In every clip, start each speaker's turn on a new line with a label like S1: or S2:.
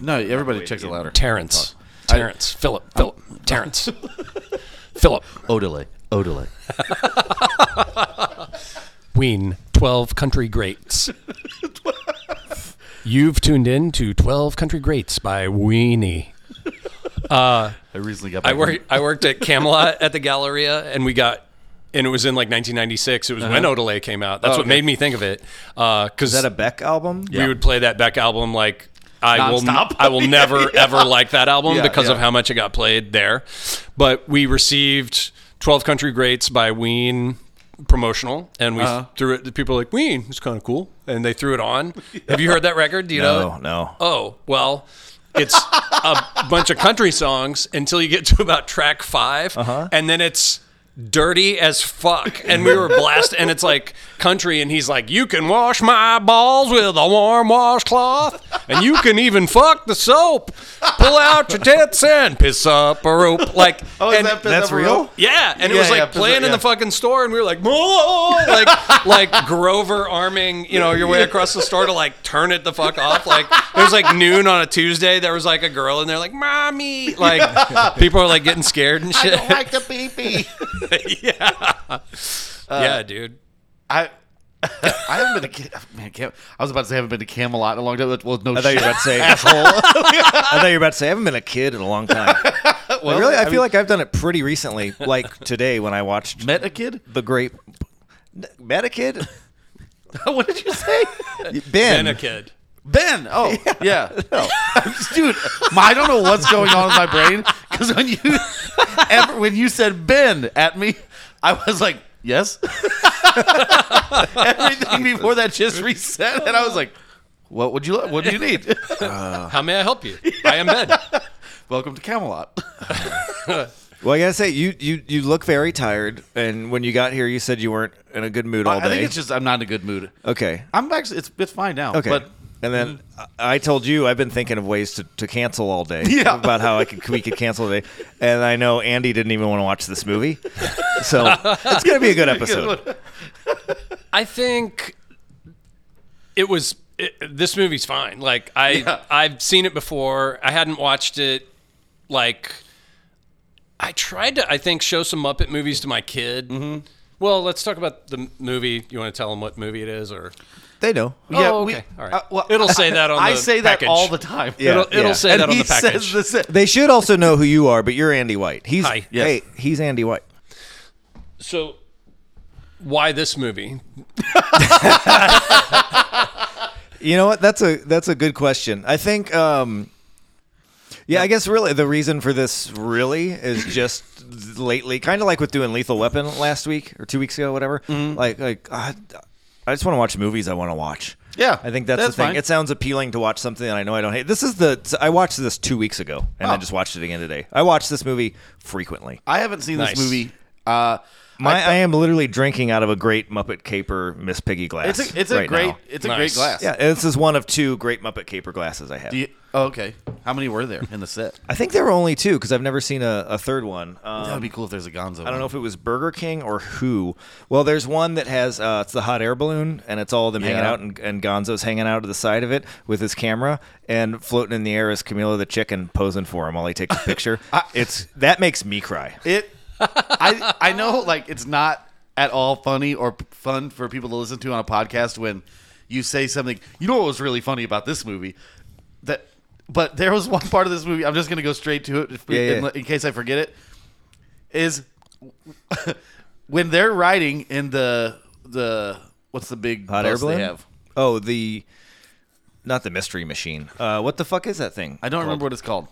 S1: No, everybody checks it louder.
S2: Terrence. Terrence. Philip. Philip. Terrence. Philip.
S3: Odele. Odele.
S2: Ween. 12 Country Greats. You've tuned in to 12 Country Greats by Weenie. Uh,
S1: I recently got.
S2: I
S1: back
S2: worked I worked at Camelot at the Galleria, and we got. And it was in like 1996. It was when Odelay came out. That's
S1: Uh-huh. Oh,
S2: what
S1: okay.
S2: made me think of it. uh, Because
S3: Is that a Beck album?
S2: we would play that Beck album like I
S1: Nonstop.
S2: will I will never ever like that album
S1: Yeah,
S2: because of
S1: yeah.
S2: how much it got played there. But we received 12 Country Greats by Ween promotional and we
S1: Uh-huh.
S2: threw it people were like Ween it's kind of cool and they threw it on. Have you heard that record? Do
S1: Uh,
S2: you know?
S3: No,
S2: it?
S3: no.
S2: Oh, well, it's a bunch of country songs until you get to about track 5 and then it's dirty as fuck. And we were blasted, and it's like country, and he's like, You can wash my balls with a warm washcloth, and you can even fuck the soap. Pull out your tits and piss up a rope. Like,
S1: Oh, is
S2: and-
S1: that
S3: that's
S1: Pizarro?
S3: real?
S2: yeah, and it
S1: Yeah,
S2: was like
S1: yeah, piss up,
S2: playing in the
S1: yeah.
S2: fucking store, and we were like, "Whoa!" like like Grover arming, you know, your way across the store to like turn it the fuck off. Like it was like noon on a Tuesday. There was like a girl in there, like "Mommy!" Like people are like getting scared and shit.
S1: like the pee
S2: yeah, dude.
S1: I. I haven't been to Ca- man. Cam- I was about to say I haven't been to Camelot in a long time. Well, no
S3: I thought you were
S1: shit.
S3: about to say asshole. I thought you were about to say I haven't been a kid in a long time. I really, I, feel like I've done it pretty recently, like today when I watched
S1: Met a kid?
S3: the great met a kid.
S1: what did you say?
S3: Ben,
S2: And a kid.
S1: Ben. Oh, yeah. Dude, my, I don't know what's going on in my brain because when you ever, when you said Ben at me, I was like, yes. Everything before that just reset, and I was like, what would you? What do you need?
S2: How may I help you? I am Ben.
S1: Welcome to Camelot.
S3: Well, I gotta say, you you you look very tired, and when you got here, you said you weren't in a good mood all
S1: I
S3: day.
S1: think it's just I'm not in a good mood.
S3: okay,
S1: I'm actually it's it's fine now.
S3: okay.
S1: But
S3: and then I I told you I've been thinking of ways to, to cancel all day.
S1: Yeah.
S3: About how I could we could cancel today, and I know Andy didn't even want to watch this movie, so it's gonna be a good episode.
S2: I think it was it, this movie's fine. Like I
S1: Yeah.
S2: I've seen it before. I hadn't watched it like I tried to I think show some Muppet movies to my kid. Mm-hmm. Well, let's talk about the m- movie. You want to tell them what movie it is or
S3: They know.
S1: yeah,
S2: Oh,
S1: we-
S2: okay. All right.
S1: uh, well,
S2: it'll say that on
S1: I
S2: the
S1: say that
S2: package.
S1: all the time.
S3: Yeah.
S2: it'll it'll say
S1: And
S2: that on
S1: he
S2: the package.
S1: says the sa-
S3: They should also know who you are, but you're Andy White. He's
S2: Hi.
S1: Yes.
S3: hey, he's Andy White.
S2: So why this movie?
S3: You know what? That's a that's a good question. I think. Um, yeah, I guess really the reason for this really is just lately, kind of like with doing Lethal Weapon last week or two weeks ago, whatever.
S1: Mm-hmm.
S3: Like, like I, I just want to watch movies I want to watch.
S1: Yeah,
S3: I think that's,
S1: that's
S3: the thing.
S1: fine.
S3: It sounds appealing to watch something that I know I don't hate. This is the I watched this two weeks ago and
S1: Oh.
S3: I just watched it again today. I watch this movie frequently.
S1: I haven't seen
S2: Nice.
S1: this movie. Uh,
S3: My I, am literally drinking out of a great Muppet Caper Miss Piggy glass.
S1: it's a it's a
S3: right
S1: great
S3: now.
S1: it's a
S2: Nice.
S1: great glass.
S3: Yeah, and this is one of two great Muppet Caper glasses I have.
S1: Do you- oh, okay. How many were there in the set?
S3: I think there were only two because I've never seen a, a third one.
S1: That would
S3: Um,
S1: be cool if there's a Gonzo.
S3: I don't know if it was Burger King or who. Well, there's one that has uh, it's the hot air balloon and it's all of them hanging
S1: Yeah.
S3: out and, and Gonzo's hanging out to the side of it with his camera and floating in the air is Camila the chicken posing for him while he takes a picture. it's that makes me cry.
S1: It. I I know like it's not at all funny or p- fun for people to listen to on a podcast when you say something. You know what was really funny about this movie that. But there was one part of this movie. I'm just gonna go straight to it if we-
S3: Yeah, yeah.
S1: In, in case I forget it. Is when they're riding in the the what's the big
S3: Hot air
S1: bus
S3: balloon.
S1: they have?
S3: Oh, the not the mystery machine. Uh, what the fuck is that thing?
S1: I don't remember what it's called.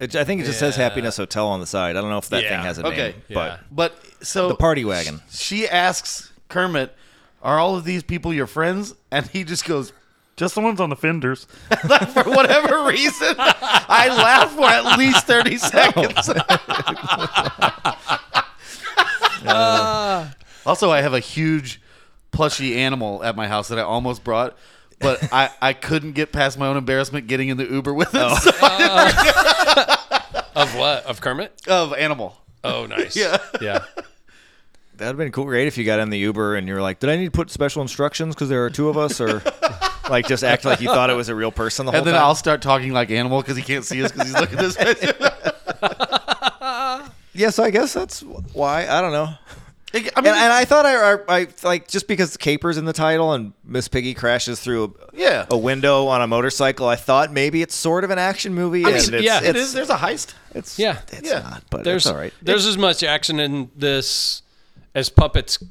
S3: It, I think it just says
S2: Yeah.
S3: Happiness Hotel on the side. I don't know if that
S2: Yeah.
S3: thing has a
S1: Okay.
S3: name,
S2: Yeah.
S1: But so
S3: but the party wagon.
S1: she asks Kermit, "Are all of these people your friends?" And he just goes, "Just the ones on the fenders." for whatever reason, I laughed for at least thirty seconds. Uh. also, I have a huge plushy animal at my house that I almost brought. But I, I couldn't get past my own embarrassment getting in the Uber with it so-
S2: Of what? Of Kermit?
S1: of animal.
S2: Oh, nice. yeah. Yeah.
S3: That'd have been cool, great if you got in the Uber and you're like, "Did I need to put special instructions because there are two of us?" Or like just act like you thought it was a real person the whole
S1: And then
S3: time.
S1: I'll start talking like animal because he can't see us because he's looking at this picture.
S3: yeah, so I guess that's why I don't know.
S1: I mean,
S3: And, and I thought I, I, I like just because Caper's in the title and Miss Piggy crashes through a,
S1: Yeah.
S3: a window on a motorcycle. I thought maybe it's sort of an action movie.
S2: mean,
S3: and it's,
S2: yeah,
S3: it's,
S1: it is. There's a heist.
S3: It's
S2: Yeah.
S3: it's
S1: Yeah.
S3: not, but
S2: there's
S3: it's all right.
S2: There's as much action in this as puppets,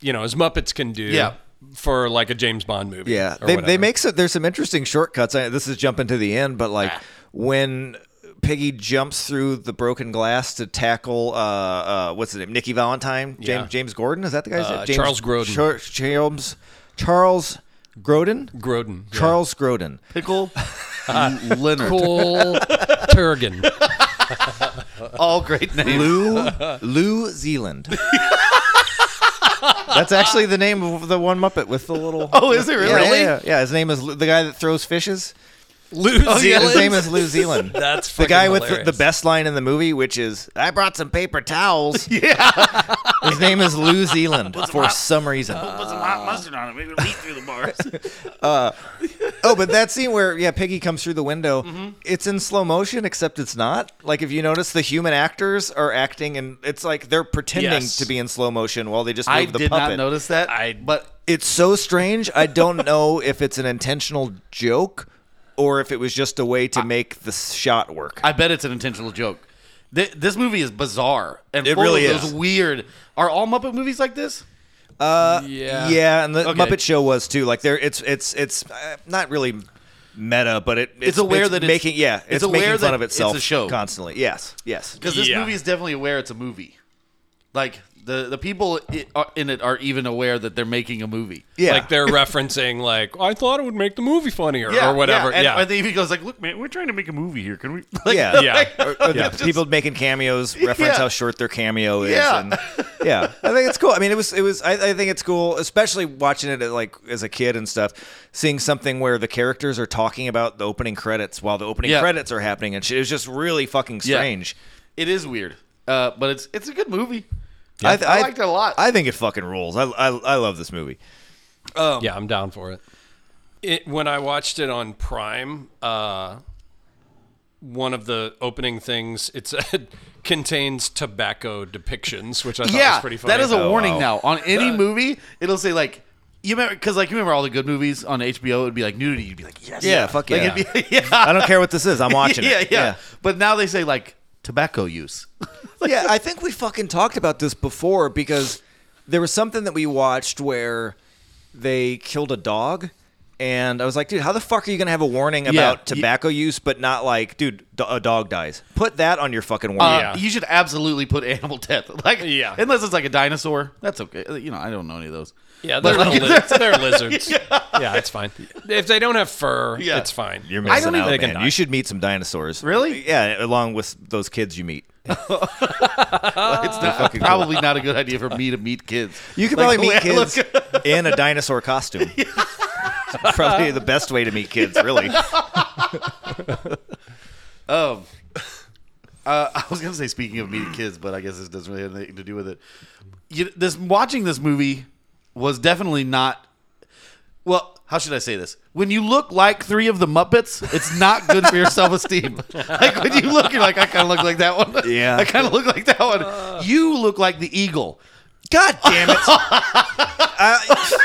S2: you know, as Muppets can do.
S1: Yeah.
S2: For like a James Bond movie.
S3: Yeah,
S2: or
S3: they, they
S2: whatever.
S3: make some, there's some interesting shortcuts. I, this is jumping to the end, but
S2: Ah.
S3: like when Piggy jumps through the broken glass to tackle uh, uh, what's his name, Nicky Valentine, James
S2: Yeah.
S3: James Gordon, is that the guy's
S2: Uh,
S3: name? James,
S2: Charles Grodin.
S3: Char- James Charles Grodin.
S2: Grodin. yeah.
S3: Charles Grodin.
S1: Pickle Leonard.
S2: Cole Turgan.
S1: All great names.
S3: Lou Lou Zealand. That's actually the name of the one Muppet with the little.
S1: Oh, is it really?
S3: Yeah, yeah, yeah. Yeah, his name is Lou- the guy that throws fishes.
S2: Lou
S3: Oh, Yeah,
S2: Zealand.
S3: his name is Lou Zealand.
S2: That's
S3: the guy
S2: freaking
S3: with the,
S2: hilarious.
S3: the best line in the movie, which is "I brought some paper towels." yeah, his name is Lou Zealand for some reason.
S1: Put some hot mustard on it. Maybe it'll leak through the bars.
S3: oh, but that scene where yeah, Piggy comes through the window, it's in slow motion, except it's not. Like if you notice, the human actors are acting, and it's like they're pretending
S2: Yes.
S3: to be in slow motion while they just move
S1: I
S3: the
S1: did
S3: puppet.
S1: not notice that.
S2: I-
S1: but
S3: It's so strange. I don't know if it's an intentional joke or if it was just a way to make the shot work.
S1: I bet it's an intentional joke. Th- this movie is bizarre and
S3: It
S1: full
S3: really
S1: of those
S3: is.
S1: weird. Are all Muppet movies like this?
S2: Yeah.
S3: Yeah, and the
S1: Okay.
S3: Muppet Show was too. Like there, it's it's it's uh, not really meta, but it, it's,
S1: aware that it's-
S3: making yeah, it's,
S1: it's aware
S3: making fun
S1: that
S3: of
S1: it's
S3: itself
S1: a show.
S3: constantly. Yes, yes.
S1: Because this
S2: Yeah.
S1: movie is definitely aware it's a movie. Like the the people i- are- in it are even aware that they're making a movie.
S3: Yeah,
S2: Like they're referencing, like I thought it would make the movie funnier or whatever.
S1: And,
S2: Yeah,
S1: and they even goes like, "Look, man, we're trying to make a movie here. Can we?" Like,
S3: yeah,
S2: Yeah.
S3: Or- or the
S2: Yeah.
S3: People making cameos reference
S1: Yeah.
S3: how short their cameo is.
S1: Yeah.
S3: and, yeah. I think it's cool. I mean, it was it was. I, I think it's cool, especially watching it at, like as a kid and stuff, seeing something where the characters are talking about the opening credits while the opening
S1: Yeah.
S3: credits are happening and shit. It was just really fucking
S1: Yeah.
S3: strange.
S1: It is weird, uh, but it's it's a good movie.
S3: I,
S1: I liked it a lot.
S3: I think it fucking rules. I, I, I love this movie.
S2: yeah, I'm down for it. It when I watched it on Prime, uh, one of the opening things it said contains tobacco depictions, which I thought was pretty funny.
S1: that is a
S2: Oh,
S1: warning
S3: wow.
S1: now on any movie. It'll say like. You remember, because like you remember all the good movies on HBO, it'd be like nudity. You'd be like, yes,
S3: Yeah, fuck yeah.
S1: Like, it'd be- yeah.
S3: I don't care what this is. I'm watching
S1: yeah,
S3: it.
S1: Yeah, But now they say like tobacco use.
S3: yeah, I think we fucking talked about this before because there was something that we watched where they killed a dog. And I was like, dude, how the fuck are you going to have a warning about
S1: y-
S3: tobacco use, but not like, dude, do- a dog dies? Put that on your fucking
S1: Uh,
S3: warning.
S2: Yeah.
S1: You should absolutely put animal death. Like,
S2: Yeah.
S1: unless it's like a dinosaur, that's okay. You know, I don't know any of those.
S2: Yeah,
S1: But,
S2: they're,
S1: like,
S2: little li- they're lizards. Yeah. it's fine. If they don't have fur,
S1: Yeah.
S2: it's fine.
S3: You're
S1: I don't
S3: missing
S1: even-
S3: out,
S1: They
S2: can
S3: man.
S2: die.
S3: You should meet some dinosaurs.
S1: Really?
S3: Yeah, along with those kids you meet.
S1: it's not, probably not a good idea for me to meet kids.
S3: You could
S1: Like,
S3: probably meet
S1: the way I
S3: kids in a dinosaur costume. It's probably the best way to meet kids, really.
S1: Um, uh, I was gonna say speaking of meeting kids, but I guess this doesn't really have anything to do with it. You, this watching this movie was definitely not. Well, how should I say this? When you look like three of the Muppets, it's not good for your self esteem. Like when you look, you're like, I kind of look like that one.
S3: Yeah. Uh.
S1: I kind of look like that one. you look like the eagle.
S3: God damn it. I-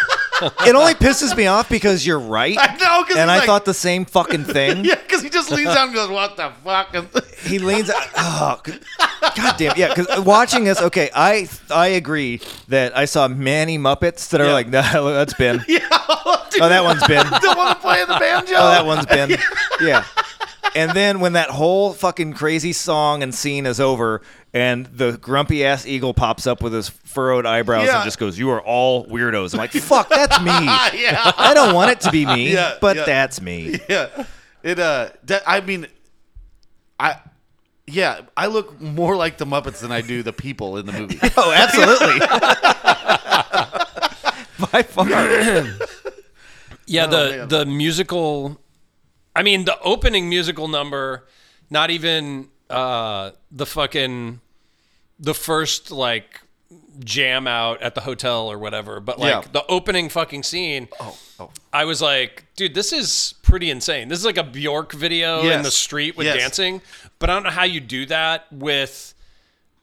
S3: it only pisses me off because you're right.
S1: I know, 'cause
S3: And
S1: it's
S3: I
S1: like-
S3: thought the same fucking thing.
S1: Yeah, because he just leans down and goes, "What the fuck?" And-
S3: He leans out. Oh, g- God damn. Yeah, because watching this, okay, I I agree that I saw many Muppets that are
S1: Yeah.
S3: like, no, that's Ben.
S1: Dude,
S3: Oh, that one's Ben.
S1: the one playing the banjo.
S3: Oh, that one's Ben. Yeah. And then when that whole fucking crazy song and scene is over, and the grumpy ass eagle pops up with his furrowed eyebrows
S1: Yeah.
S3: and just goes, "You are all weirdos." I'm like, "Fuck, that's me."
S1: yeah.
S3: I don't want it to be me,
S1: Yeah,
S3: but
S1: yeah.
S3: that's me.
S1: yeah. It uh that, I mean I yeah, I look more like the Muppets than I do the people in the movie.
S3: Oh, absolutely. By far.
S2: Yeah, the
S1: man.
S2: the musical. I mean, the opening musical number. Not even uh, the fucking the first like jam out at the hotel or whatever. But like
S1: Yeah.
S2: the opening fucking scene,
S1: Oh, oh.
S2: I was like, dude, this is pretty insane. This is like a Bjork video in
S1: Yes.
S2: the street with
S1: Yes.
S2: dancing, but I don't know how you do that with,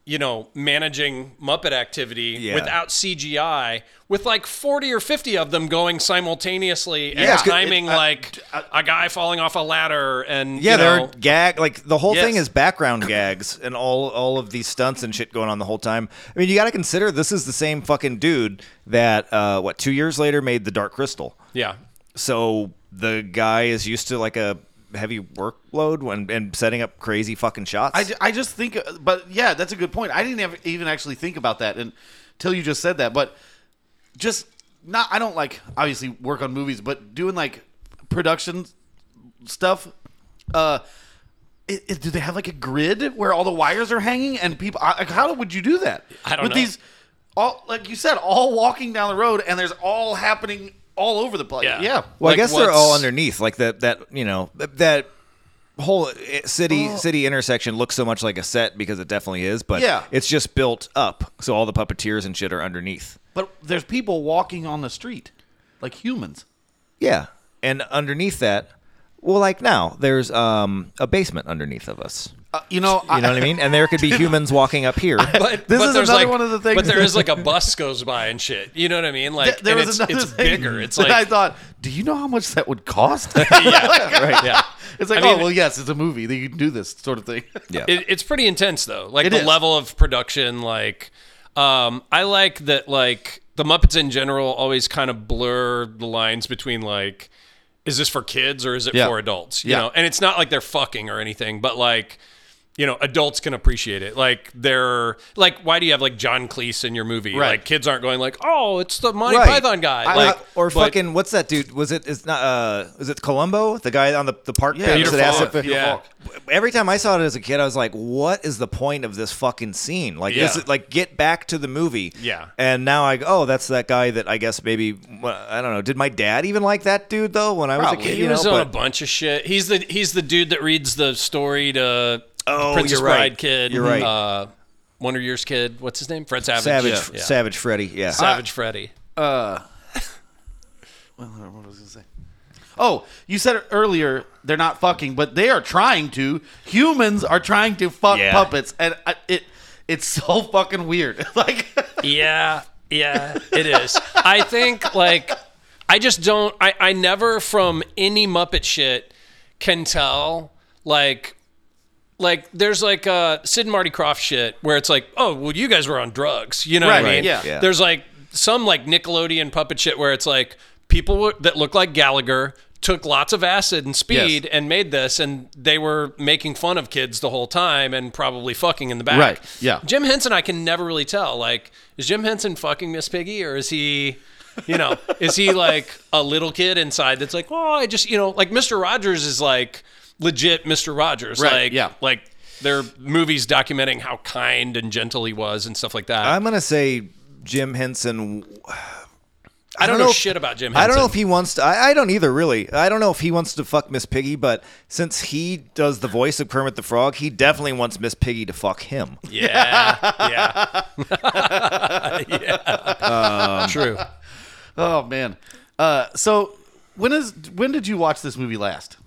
S2: you know, managing Muppet activity
S3: Yeah.
S2: without CGI, with like 40 or 50 of them going simultaneously and
S1: Yeah.
S2: timing
S1: It- uh, I-
S2: like a guy falling off a ladder and,
S3: Yeah,
S2: you
S3: there
S2: know,
S3: are gag like the whole thing
S1: Yes.
S3: is background gags and all all of these stunts and shit going on the whole time. I mean, you got to consider this is the same fucking dude that uh, what two years later made the Dark Crystal.
S2: yeah.
S3: So the guy is used to like a heavy workload when and setting up crazy fucking shots.
S1: I, ju- I just think, uh, but yeah, that's a good point. I didn't ever, even actually think about that until you just said that. But just not, I don't like obviously work on movies, but doing like production stuff. Uh, it, it- do they have like a grid where all the wires are hanging and people? I, like, how would you do that?
S2: I don't
S1: With
S2: know.
S1: these, all like you said, all walking down the road and there's all happening all over the place.
S2: Yeah.
S1: Yeah,
S3: Well,
S2: Like,
S3: I guess they're
S2: what's-
S3: all underneath. Like that, that you know, th- that whole eh, city
S2: Oh.
S3: city intersection looks so much like a set because it definitely is. But
S1: Yeah.
S3: it's just built up, so all the puppeteers and shit are underneath.
S1: but there's people walking on the street, like humans.
S3: Yeah, and underneath that, well, like now there's um a basement underneath of us.
S1: Uh, you know,
S3: You know what I mean? And there could be humans walking up here.
S2: But,
S1: This
S2: but
S1: is
S2: there's
S1: another
S2: like,
S1: one of the things
S2: But there
S1: that-
S2: is like a bus goes by and shit. You know what I mean? Like,
S1: Th- there
S2: and
S1: was
S2: it's,
S1: another
S2: it's
S1: thing
S2: bigger. It's
S1: that
S2: like,
S1: I thought. Do you know how much that would cost? Like,
S2: yeah.
S1: It's like,
S2: I mean-
S1: oh well, yes, it's a movie. They can do this sort of thing.
S3: yeah.
S2: It, it's pretty intense though. Like
S1: It
S2: the
S1: is.
S2: level of production, like um, I like that. Like the Muppets in general always kind of blur the lines between like, is this for kids or is it
S1: Yeah.
S2: for adults? You
S1: Yeah.
S2: know, and it's not like they're fucking or anything, but like. You know, adults can appreciate it. Like they're like, why do you have like John Cleese in your movie?
S1: Right.
S2: Like kids aren't going like, oh, it's the Monty
S3: Right.
S2: Python guy.
S3: I-
S2: like
S3: I- or
S2: but-
S3: fucking what's that dude? Was it is not uh is it Columbo? The guy on the, the park bench
S2: Peter
S3: that asked
S2: Falk,
S3: if-
S2: yeah.
S3: Every time I saw it as a kid, I was like, "What is the point of this fucking scene? Like,
S2: Yeah.
S3: is it like get back to the movie?"
S2: Yeah.
S3: And now I go, "Oh, that's that guy that I guess maybe well, I don't know. Did my dad even like that dude though when I was
S1: Probably.
S3: a kid?
S2: He
S3: You know,
S2: was on a
S3: but-
S2: bunch of shit. He's the he's the dude that reads the story to
S3: Oh,
S2: Princess
S3: you're right.
S2: Bride kid.
S3: You're right.
S2: Uh, Wonder Years kid. What's his name? Fred Savage.
S3: Savage,
S2: Yeah.
S3: Savage Freddy. Yeah.
S2: Savage Freddy.
S1: Well, I don't remember what I was gonna say. Oh, you said earlier they're not fucking, but they are trying to. Humans are trying to fuck
S3: Yeah.
S1: puppets, and I, it it's so fucking weird. like,
S2: Yeah, yeah, it is. I think like I just don't. I I never from any Muppet shit can tell like. Like there's like uh Sid and Marty Croft shit where it's like, oh well you guys were on drugs. You know what I
S1: Right,
S2: mean?
S1: yeah.
S3: Yeah.
S2: There's like some like Nickelodeon puppet shit where it's like people w- that look like Gallagher took lots of acid and speed and made this and they were making fun of kids the whole time and probably fucking in the back.
S1: Right, yeah.
S2: Jim Henson, I can never really tell. Like, is Jim Henson fucking Miss Piggy, or is he, you know, is he like a little kid inside that's like, oh, I just, you know, like Mister Rogers is like legit Mister Rogers,
S1: Right,
S2: like,
S1: yeah.
S2: like there are movies documenting how kind and gentle he was and stuff like that.
S3: I'm gonna say Jim Henson.
S2: I don't
S3: don't
S2: know,
S3: know if-
S2: shit about Jim.
S3: I
S2: Henson.
S3: don't know if he wants to. I, I don't either, really. I don't know if he wants to fuck Miss Piggy, but since he does the voice of Kermit the Frog, he definitely wants Miss Piggy to fuck him.
S2: Yeah, yeah, yeah.
S3: Um,
S2: True.
S1: oh man. Uh, so when is when did you watch this movie last?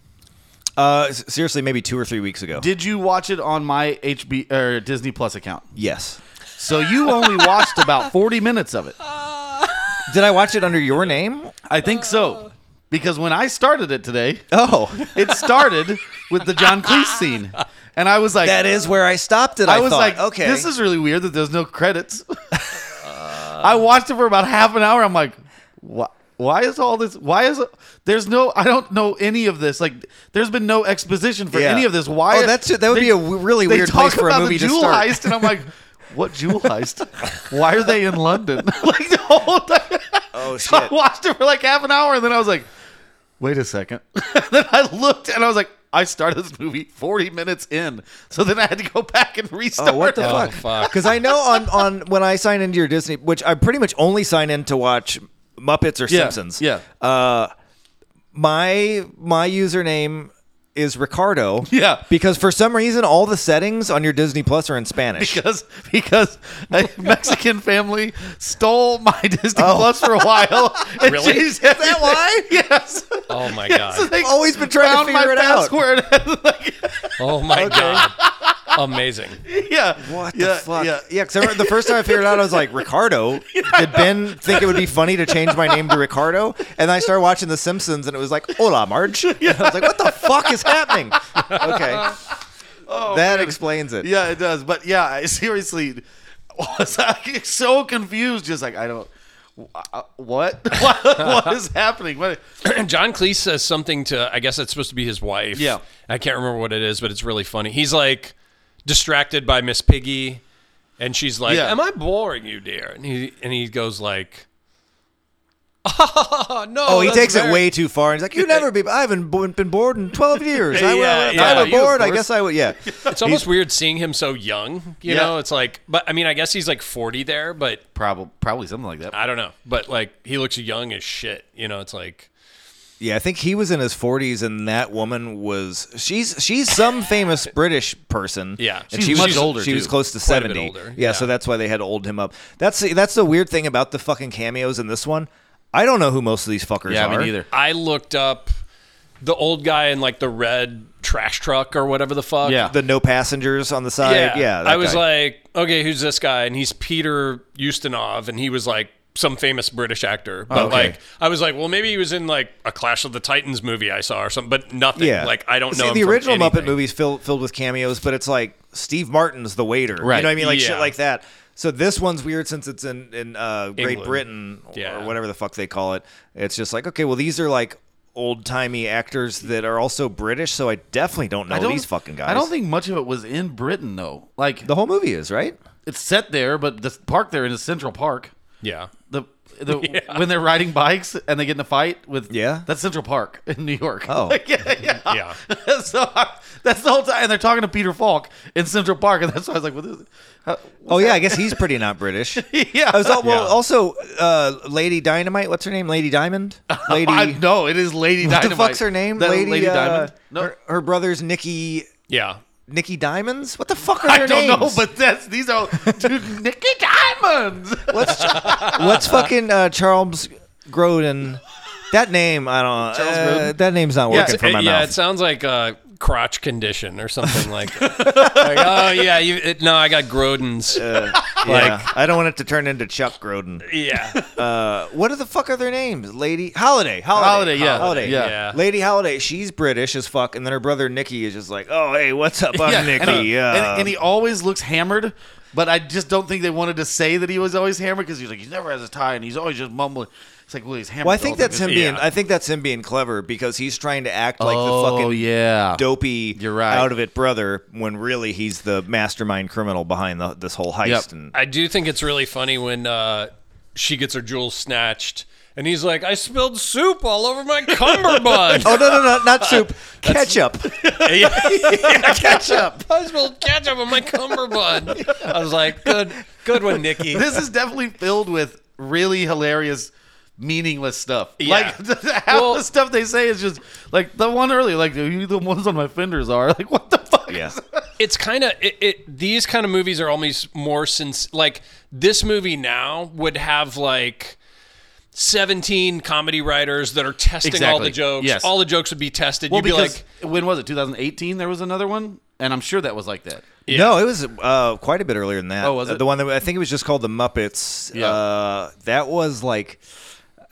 S3: Uh, s- seriously, maybe two or three weeks ago.
S1: Did you watch it on my HB or Disney Plus account?
S3: yes.
S1: So you only watched about forty minutes of it.
S3: Did I watch it under your name?
S1: I think so. Because when I started it today,
S3: Oh,
S1: it started with the John Cleese scene. And I was like,
S3: that is where I stopped it. I,
S1: I, was
S3: thought.
S1: like,
S3: okay,
S1: this is really weird that there's no credits. I watched it for about half an hour. I'm like, why, why is all this? Why is there's no? I don't know any of this. Like, there's been no exposition for
S3: Yeah.
S1: any of this. Why?
S3: Oh, that's- that would be a w- really
S1: they
S3: weird
S1: talk
S3: place for a
S1: about
S3: movie
S1: the
S3: to
S1: jewel
S3: start.
S1: heist, and I'm like. What jewel heist? Why are they in London? like the whole time.
S3: Oh,
S1: So I
S3: shit.
S1: watched it for like half an hour, and then I was like, wait a second. then I looked and I was like, I started this movie 40 minutes in. So then I had to go back and restart.
S3: Oh, what the
S1: it.
S3: fuck?
S2: fuck.
S3: Because I know on, on when I sign into your Disney, which I pretty much only sign in to watch Muppets or
S1: Yeah,
S3: Uh, Simpsons.
S1: yeah.
S3: Uh, my my username is Ricardo.
S1: Yeah.
S3: Because for some reason, all the settings on your Disney Plus are in Spanish.
S1: because because a Mexican family stole my Disney Plus for a while. and
S2: Really?
S1: changed
S3: Oh. Is that
S1: everything.
S3: why?
S1: Yes.
S2: Oh my
S1: Yes,
S2: god.
S1: they
S3: I've always been trying to
S1: found
S3: figure
S1: my
S3: it out.
S1: password.
S2: Oh my god. Amazing.
S1: yeah.
S3: What the
S1: yeah,
S3: fuck?
S1: Yeah.
S3: Yeah, because the first time I figured it out, I was like, Ricardo? Did Ben think it would be funny to change my name to Ricardo? And I started watching The Simpsons, and it was like, hola, Marge. And I was like, what the fuck is happening? Okay. that explains it.
S1: Yeah, it does. But yeah, I seriously was like, so confused. Just like I don't. wh- What? what is happening? What?
S2: John Cleese says something to I guess it's supposed to be his wife.
S1: Yeah.
S2: I can't remember what it is, but it's really funny. He's like distracted by Miss Piggy and she's like,
S1: Yeah.
S2: "Am I boring you, dear?" And he and he goes like Oh, no.
S3: Oh, he
S2: that's
S3: takes
S2: very-
S3: it way too far. He's like, "You never be. I haven't bo- been bored in twelve years. I,
S2: Yeah,
S3: yeah,
S2: yeah,
S3: I were
S2: you, of
S3: bored. I
S1: course.
S3: guess I would. Yeah,
S2: It's almost weird seeing him so young, you
S1: Yeah.
S2: know? It's like but I mean, I guess he's like 40 there, but
S1: Probably, probably something like that.
S2: I don't know. But like he looks young as shit, you know? It's like
S3: yeah. I think he was in his forties, and that woman was. She's she's some famous British person.
S2: Yeah.
S3: and
S1: She's
S3: she was
S1: much older,
S3: She was
S1: too.
S3: close to
S2: Quite a bit
S3: seventy.
S2: older,
S3: Yeah,
S2: yeah.
S3: so that's why they had to old him up. That's the, that's the weird thing about the fucking cameos in this one. I don't know who most of these fuckers
S1: Yeah,
S3: are.
S1: me neither.
S2: I looked up the old guy in like the red trash truck or whatever the fuck.
S1: Yeah.
S3: The no passengers on the side. Yeah, that
S2: I was
S3: guy.
S2: like, okay, who's this guy? And he's Peter Ustinov, and he was like some famous British actor. But
S3: okay.
S2: like, I was like, well, maybe he was in like a Clash of the Titans movie I saw or something, but nothing.
S3: Yeah,
S2: Like, I don't
S3: See,
S2: know. him
S3: The
S2: from
S3: original
S2: anything.
S3: Muppet movies filled filled with cameos, but it's like Steve Martin's the waiter,
S1: Right.
S3: You know what I mean, like
S2: Yeah.
S3: shit like that. So this one's weird since it's in in uh, Great
S2: England.
S3: Britain or
S2: Yeah.
S3: whatever the fuck they call it. It's just like okay, well these are like old timey actors that are also British, so I definitely don't know
S1: I don't,
S3: these fucking guys.
S1: I don't think much of it was in Britain though. Like
S3: the whole movie is right.
S1: it's set there, but the park there is Central Park.
S2: Yeah.
S1: The, the when they're riding bikes and they get in a fight with
S3: Yeah.
S1: that's Central Park in New York.
S3: Oh.
S1: Like, yeah, yeah.
S2: Yeah.
S1: so I- that's the whole time, and they're talking to Peter Falk in Central Park, and that's why I was like, "What is it? How,
S3: Oh yeah, I guess he's pretty not British.
S1: yeah,
S3: I was all, well
S2: Yeah.
S3: also uh, Lady Dynamite. What's her name? Lady Diamond. Lady.
S1: I, no, it is Lady
S3: what
S1: Dynamite.
S3: the fuck's her name?
S1: That
S3: Lady, uh,
S1: Diamond. No,
S3: Her, her brother's Nikki
S2: Yeah.
S3: Nikki Diamonds? What the fuck are
S1: I
S3: their
S1: don't know,
S3: names?
S1: but that's these are dude, Nikki Diamonds.
S3: what's what's fucking uh, Charles Grodin? That name, I don't.
S1: Charles
S3: uh,
S1: Grodin?
S3: that name's not working
S2: It-
S3: for my
S2: yeah,
S3: mouth.
S2: it sounds like a crotch condition or something like. like oh yeah, you, it, no, I got Grodin's.
S3: yeah, I don't want it to turn into Chuck Grodin.
S2: yeah,
S3: Uh, what the fuck are their names? Lady Holiday, Holiday,
S1: Holiday, yeah,
S3: Holiday,
S1: yeah.
S2: Yeah.
S3: Lady Holiday. She's British as fuck, and then her brother Nikki is just like, oh hey, what's up, I'm Nikki? Um,
S1: and, he-
S3: yeah,
S1: and, and he always looks hammered. But I just don't think they wanted to say that he was always hammered because he's like he never has a tie and he's always just mumbling. It's like well, he's hammered.
S3: well, I
S1: the
S3: think
S1: whole
S3: that's
S1: time.
S3: him
S2: Yeah.
S3: being. I think that's him being clever because he's trying to act like the
S1: oh
S3: fucking
S1: yeah,
S3: dopey
S1: You're right.
S3: out of it brother when really he's the mastermind criminal behind the, this whole heist
S1: Yep.
S3: and
S2: I do think it's really funny when uh, she gets her jewels snatched, and he's like, "I spilled soup all over my cummerbund."
S3: Oh no no no! Not soup, ketchup.
S2: yeah,
S3: ketchup.
S2: I spilled ketchup on my cummerbund. I was like, "Good, good one, Nikki."
S1: This is definitely filled with really hilarious. Meaningless stuff.
S2: Yeah.
S1: Like half
S2: Well-
S1: the stuff they say is just like the one earlier, like "You- the ones on my fenders are. Like what the fuck?
S3: Yeah.
S2: It's kind of it, it. These kind of movies are almost more since like this movie now would have like. 17 comedy writers that are testing all
S1: Exactly.
S2: the jokes.
S1: Yes.
S2: All the jokes would be tested.
S1: Well,
S2: You'd be
S1: because
S2: like,
S1: when was it? 2018. There was another one, and I'm sure that was like that.
S3: No, it was uh, quite a bit earlier than that. Uh,
S1: Oh, was it?
S3: the one that I think it was just called the Muppets?
S1: Yeah.
S3: Uh, that was like,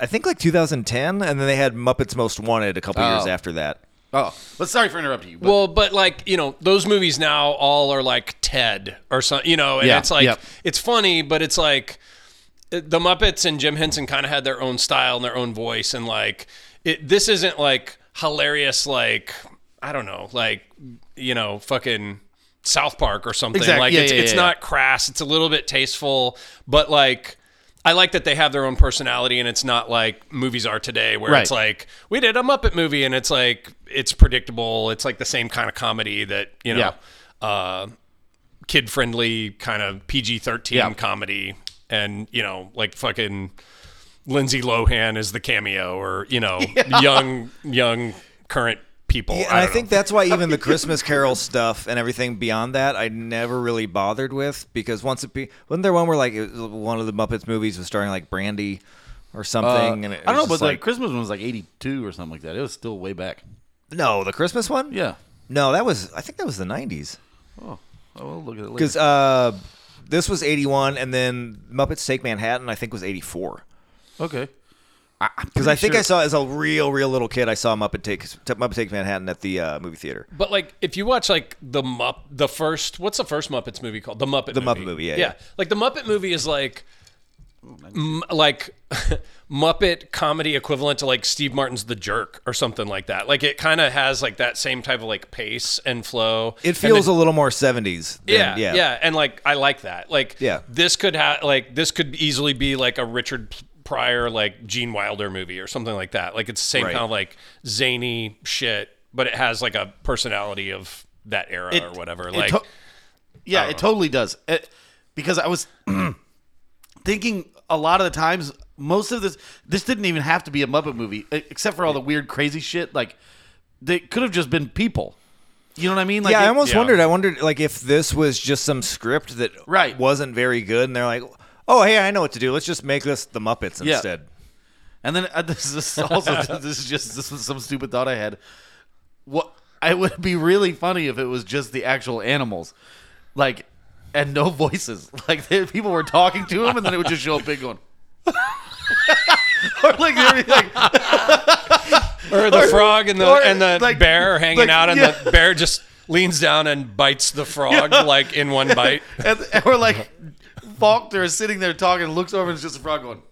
S3: I think like 2010, and then they had Muppets Most Wanted a couple years
S1: Oh.
S3: after that.
S1: Oh, but sorry for interrupting you. But
S2: Well, but like you know, those movies now all are like Ted or something, you know, and
S1: Yeah,
S2: it's like
S1: yep.
S2: it's funny, but it's like uh, the Muppets and Jim Henson kind of had their own style and their own voice, and like it, this isn't like hilarious, like I don't know, like you know, fucking South Park or something.
S1: Exact-
S2: Like
S1: yeah,
S2: it's
S1: yeah,
S2: it's
S1: yeah,
S2: not crass. It's a little bit tasteful, but like. I like that they have their own personality and it's not like movies are today where it's
S1: Right.
S2: like we did a Muppet movie and it's like it's predictable. It's like the same kind of comedy that, you know, uh kid friendly kind of PG thirteen
S1: Yeah.
S2: comedy and, you know, like fucking Lindsay Lohan is the cameo or, you know, young young current people.
S3: Yeah,
S2: I,
S3: and I
S2: don't
S3: think
S2: know.
S3: that's why even the Christmas Carol stuff and everything beyond that, I never really bothered with because once it be wasn't there one where like it was one of the Muppets movies was starring like Brandy or something, and it
S1: Uh, I don't know,
S3: was
S1: but
S3: just
S1: like, Christmas one was like '82 or something like that. It was still way back.
S3: no, the Christmas one,
S1: Yeah.
S3: no, that was I think that was the nineties
S1: Oh, oh, we'll look at it later.
S3: because uh, this was eighty one, and then Muppets Take Manhattan I think was eighty four.
S1: Okay.
S3: Because I think I saw as a real, real little kid, I saw Muppet Take Muppet Take Manhattan at the uh, movie theater.
S2: But like, if you watch like the Mupp, the first, what's the first Muppets movie called? The Muppet. The movie.
S3: Muppet movie, yeah, yeah.
S2: Like the Muppet movie is like, m- like Muppet comedy equivalent to like Steve Martin's The Jerk or something like that. Like it kind of has like that same type of like pace and flow.
S3: It
S2: And
S3: feels a little more seventies.
S2: yeah,
S3: yeah,
S2: yeah, and like I like that. Like,
S3: Yeah.
S2: this could have like this could easily be like a Richard P- Pryor, like Gene Wilder movie or something like that. Like it's the same
S3: Right.
S2: kind of like zany shit, but it has like a personality of that era or whatever.
S1: it
S2: Like,
S1: to- yeah, it totally does. It- because I was thinking a lot of the times, most of this, this didn't even have to be a Muppet movie, e- except for all the weird, crazy shit. Like, they could have just been people. You know what I mean? Like,
S3: yeah, I
S1: it-
S3: almost
S2: yeah.
S3: wondered. I wondered like if this was just some script that
S1: Right.
S3: wasn't very good, and they're like, "Oh, hey, I know what to do. Let's just make this the Muppets
S1: Yeah.
S3: instead."
S1: And then uh, this is also this is just this was some stupid thought I had. What it would be really funny if it was just the actual animals, like, and no voices. Like the people were talking to him, and then it would just show a big one. or like they'd be like,
S2: or the frog and the
S1: or,
S2: and the
S1: like-
S2: bear hanging
S1: like,
S2: out, and
S1: yeah.
S2: the bear just leans down and bites the frog like in one bite.
S1: and, and we're like, Faulkner is sitting there talking, looks over, and it's just a frog going,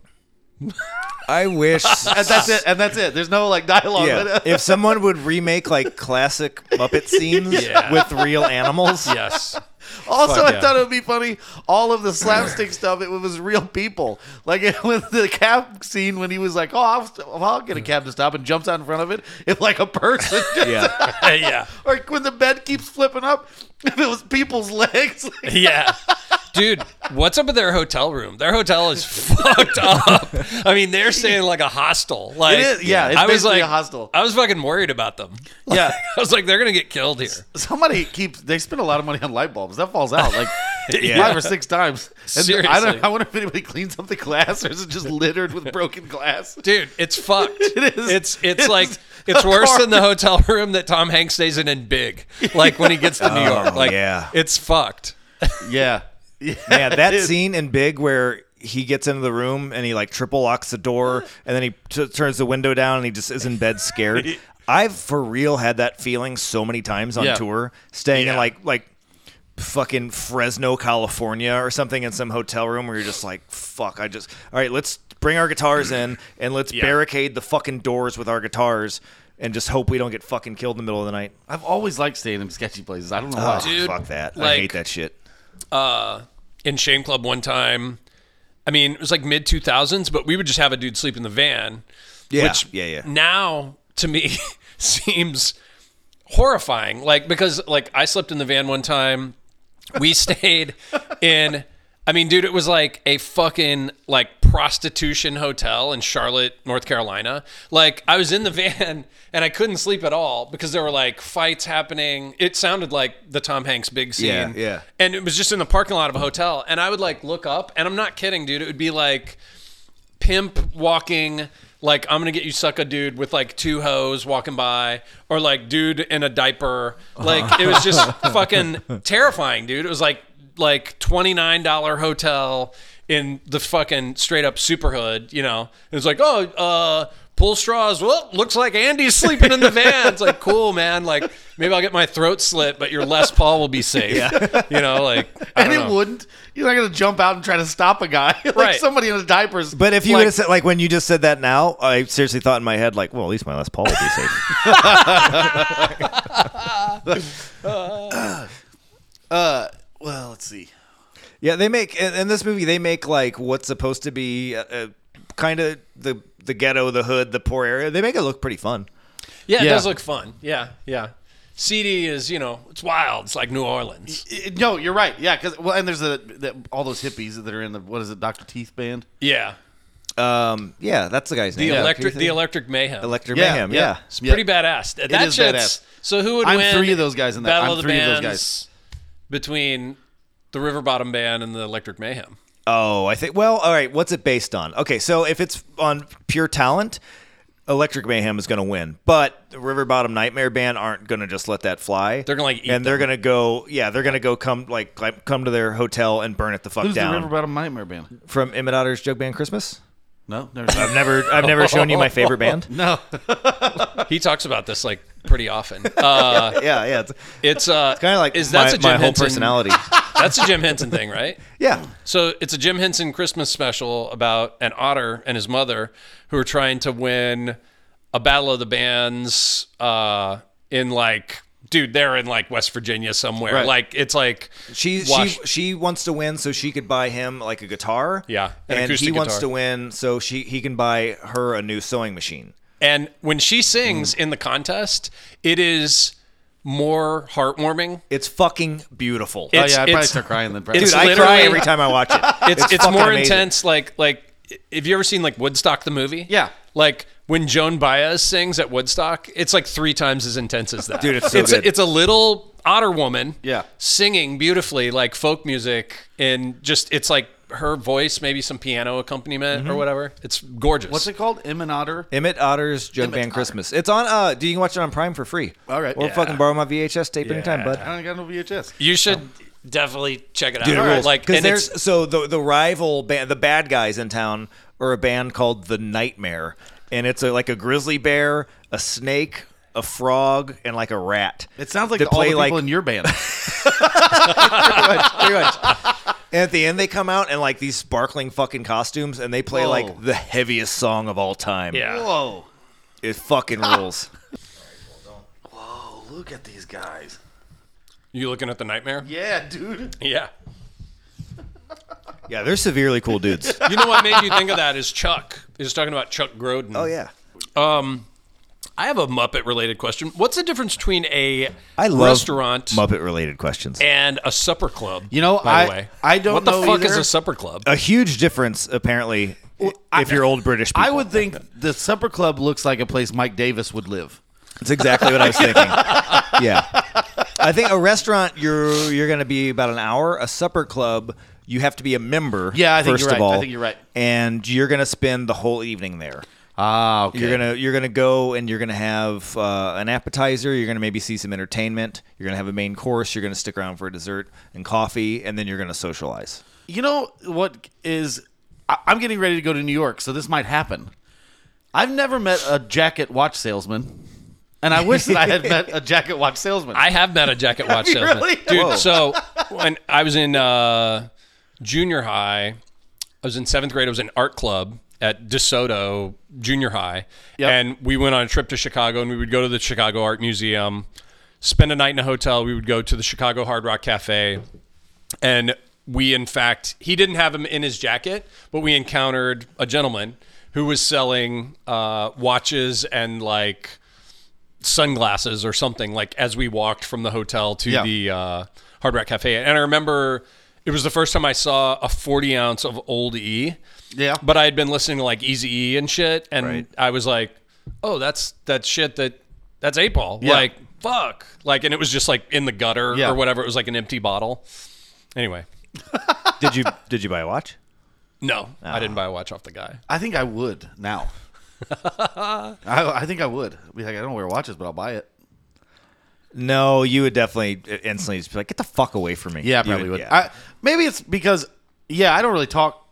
S3: I wish.
S1: and that's it, and that's it. There's no like dialogue.
S3: yeah, if someone would remake like classic Muppet scenes
S2: Yeah.
S3: with real animals,
S2: Yes.
S1: Also,
S2: Fuck
S1: I
S2: yeah.
S1: thought it would be funny. All of the slapstick stuff, it was real people. Like it, with the cab scene, when he was like, "Oh, I'll, st- I'll get a cab to stop," and jumps out in front of it, if like a person.
S3: yeah,
S2: yeah.
S1: Or when the bed keeps flipping up, if it was people's legs. Like,
S2: Yeah. Dude, what's up with their hotel room? Their hotel is fucked up. I mean, they're staying like a hostel. Like,
S1: is- yeah, it's
S2: I was
S1: basically
S2: like oh
S1: a hostel.
S2: I was fucking worried about them.
S1: yeah.
S2: I was like, they're gonna get killed here.
S1: Somebody keeps. They spend a lot of money on light bulbs. That falls out like
S2: Yeah.
S1: five or six times. And I
S2: Seriously.
S1: don't. I wonder if anybody cleans up the glass, or is it just littered with broken glass?
S2: Dude, it's fucked.
S1: It is.
S2: It's it's,
S1: It's
S2: like
S1: a
S2: it's worse
S1: car.
S2: than the hotel room that Tom Hanks stays in in Big. Like when he gets to New York.
S3: Oh,
S2: Like
S3: yeah.
S2: it's fucked.
S1: Yeah. Yeah.
S3: yeah. That scene in Big where he gets into the room and he like triple locks the door, and then he t- turns the window down and he just is in bed scared. I've for real had that feeling so many times on
S1: Yeah.
S3: tour, staying in
S2: Yeah.
S3: like like fucking Fresno, California or something in some hotel room where you're just like, fuck, I just all right, let's bring our guitars in and let's barricade the fucking doors with our guitars and just hope we don't get fucking killed in the middle of the night.
S1: I've always liked staying in sketchy places. I don't know why.
S3: Oh,
S2: Dude,
S3: fuck that. I
S2: like-
S3: hate that shit.
S2: uh, in Shame Club one time. I mean, it was like mid 2000s, but we would just have a dude sleep in the van.
S3: Yeah,
S2: Which
S3: yeah, yeah.
S2: now to me seems horrifying. Like, because like I slept in the van one time. We stayed in, I mean, dude, it was like a fucking like prostitution hotel in Charlotte, North Carolina. Like, I was in the van and I couldn't sleep at all because there were like fights happening. It sounded like the Tom Hanks big scene
S3: Yeah, yeah.
S2: and it was just in the parking lot of a hotel and i would like look up and i'm not kidding dude it would be like pimp walking like i'm gonna get you suck a dude with like two hoes walking by or like dude in a diaper like it was just fucking terrifying dude it was like like $29 hotel in the fucking straight up superhood you know it was like oh uh pull straws well looks like andy's sleeping in the van it's like cool man like maybe i'll get my throat slit but your les paul will be safe you know like I
S1: and
S2: don't
S1: it
S2: know.
S1: wouldn't. You're not going to jump out and try to stop a guy like
S2: Right.
S1: somebody in a diapers.
S3: But if you would
S1: like,
S3: have said like when you just said that now, I seriously thought in my head like, well, at least my last Paul would be safe.
S1: uh, well, let's see.
S3: yeah, they make in, in this movie they make like what's supposed to be uh, uh, kind of the the ghetto, the hood, the poor area. They make it look pretty fun.
S2: Yeah, it
S1: Yeah.
S2: does look fun. Yeah, yeah. CD is, you know, it's wild. It's like New Orleans.
S1: I- No, you're right. Yeah, because well, and there's the, the all those hippies that are in the what is it, Doctor Teeth band?
S2: Yeah.
S3: Um, yeah, that's the guy's
S2: The
S3: name.
S2: electric,
S3: Keith?
S2: the electric mayhem.
S3: Electric
S1: Yeah,
S3: Mayhem.
S1: yeah.
S3: Yeah.
S2: It's
S1: Yeah.
S2: pretty badass. That
S1: is
S2: shit's-
S1: badass.
S2: So who would
S1: I'm
S2: win?
S1: three of those guys in that.
S2: Battle
S1: I'm
S2: of the
S1: three of those
S2: Bands between the River Bottom Band and the Electric Mayhem.
S3: Oh, I think. Well, all right. What's it based on? Okay, so if it's on pure talent, Electric Mayhem is going to win, but the River Bottom Nightmare Band aren't going to just let that fly.
S2: They're gonna, like, eat
S3: and they're going to go. Yeah, they're going to go come like, like, come to their hotel and burn it the fuck
S1: Who's
S3: down
S1: the River Bottom Nightmare Band?
S3: from Emmett Otter's Jug Band Christmas.
S1: No, never.
S3: I've never, I've never shown you my favorite band.
S1: no,
S2: He talks about this like pretty often. Uh,
S3: Yeah, yeah. It's
S2: it's uh,
S3: kind of like
S2: is
S3: my,
S2: that's a Jim
S3: my whole
S2: Henson-
S3: personality.
S2: That's a Jim Henson thing, right?
S3: yeah.
S2: So it's a Jim Henson Christmas special about an otter and his mother who are trying to win a battle of the bands uh, in like, dude, they're in like West Virginia somewhere.
S1: Right.
S2: Like it's like
S3: She,
S2: Wash-
S3: she she wants to win so she could buy him like a guitar.
S2: Yeah,
S3: and
S2: an
S3: he
S2: acoustic
S3: wants
S2: guitar.
S3: to win so she he can buy her a new sewing machine.
S2: And when she
S1: Mm.
S2: sings in the contest, it is more heartwarming.
S3: It's fucking beautiful.
S1: oh
S2: It's-
S1: yeah, I probably
S2: it's-
S1: start crying then.
S2: it's
S3: Dude,
S1: Probably.
S3: I cry
S2: literally-
S3: every time I watch it.
S2: It's it's,
S3: fucking
S2: more
S3: amazing.
S2: intense. Like like have you ever seen like Woodstock the movie?
S1: Yeah.
S2: Like when Joan Baez sings at Woodstock, it's like three times as intense as that.
S3: Dude, it's so
S2: it's,
S3: good.
S2: A, it's a little otter woman.
S1: Yeah.
S2: Singing beautifully like folk music and just it's like her voice, maybe some piano accompaniment
S3: Mm-hmm.
S2: or whatever. It's gorgeous.
S1: What's it called? Em and Otter.
S3: Emmett Otter's Jug Band Christmas. It's on. Uh, do you can watch it on Prime for free?
S1: All right.
S3: Or
S1: Yeah.
S3: fucking borrow my VHS tape anytime, bud.
S1: I don't got no VHS.
S2: You should definitely check it out.
S3: Dude, it rules.
S2: Like
S3: 'Cause
S2: and it's-
S3: there's so the the rival band, the bad guys in town, are a band called the Nightmare, and it's a, like a grizzly bear, a snake, a frog, and like a rat.
S1: It sounds like
S3: They
S1: the, all the people
S3: like
S1: in your band.
S3: pretty much, pretty much. And at the end, they come out in like these sparkling fucking costumes, and they play
S1: Whoa.
S3: like the heaviest song of all time.
S2: yeah.
S1: Whoa.
S3: it fucking rules.
S1: Whoa, Oh, look at these guys.
S2: You looking at the nightmare?
S1: Yeah, dude.
S2: Yeah.
S3: yeah, they're severely cool dudes.
S2: You know what made you think of that is Chuck. He was talking about Chuck Groden.
S3: Oh yeah.
S2: I have a Muppet related question. What's the difference between a
S3: I love
S2: restaurant
S3: Muppet related questions.
S2: and a supper club?
S1: You know,
S2: by
S1: I-
S2: the way,
S1: I don't
S2: What the
S1: know
S2: fuck is
S1: either.
S2: a supper club?
S3: a huge difference apparently if you're old British people.
S1: I would think the supper club looks like a place Mike Davis would live.
S3: That's exactly what I was thinking. yeah. I think a restaurant you're you're going to be about an hour, a supper club you have to be a member.
S1: Yeah, I think
S3: 1st
S1: you're
S3: of
S1: right. I
S3: all,
S1: think you're right.
S3: And you're going to spend the whole evening there.
S1: Ah, okay.
S3: You're gonna you're gonna go and you're gonna have uh, an appetizer. You're gonna maybe see some entertainment. You're gonna have a main course. You're gonna stick around for a dessert and coffee, and then you're gonna socialize.
S1: You know what is? I- I'm getting ready to go to New York, so this might happen. I've never met a jacket watch salesman, and I wish that I had met a jacket watch salesman.
S2: I have met a jacket watch
S1: you
S2: salesman,
S1: really?
S2: dude. So when I was in uh, junior high, I was in seventh grade. I was in art club at DeSoto Junior High,
S1: Yep.
S2: and we went on a trip to Chicago, and we would go to the Chicago Art Museum, spend a night in a hotel. We would go to the Chicago Hard Rock Cafe, and we, in fact, he didn't have him in his jacket, but we encountered a gentleman who was selling uh, watches and like sunglasses or something like as we walked from the hotel to
S1: Yeah.
S2: the uh, Hard Rock Cafe. And I remember it was the first time I saw a 40 ounce of Old E.
S1: Yeah.
S2: But I had been listening to like Easy E and shit. And I was like, oh, that's that shit that that's eight ball. Like, fuck. Like, and it was just like in the gutter
S1: Yeah.
S2: or whatever. It was like an empty bottle. Anyway,
S3: did you did you buy a watch?
S2: no,
S3: Ah.
S2: I didn't buy a watch off the guy.
S1: I think I would now. I, I think I would. I'd Be like, I don't wear watches, but I'll buy it.
S3: No, you would definitely uh, instantly just be like, get the fuck away from me.
S1: Yeah, I
S3: You
S1: probably would.
S3: yeah.
S1: I, maybe it's because, yeah, I don't really talk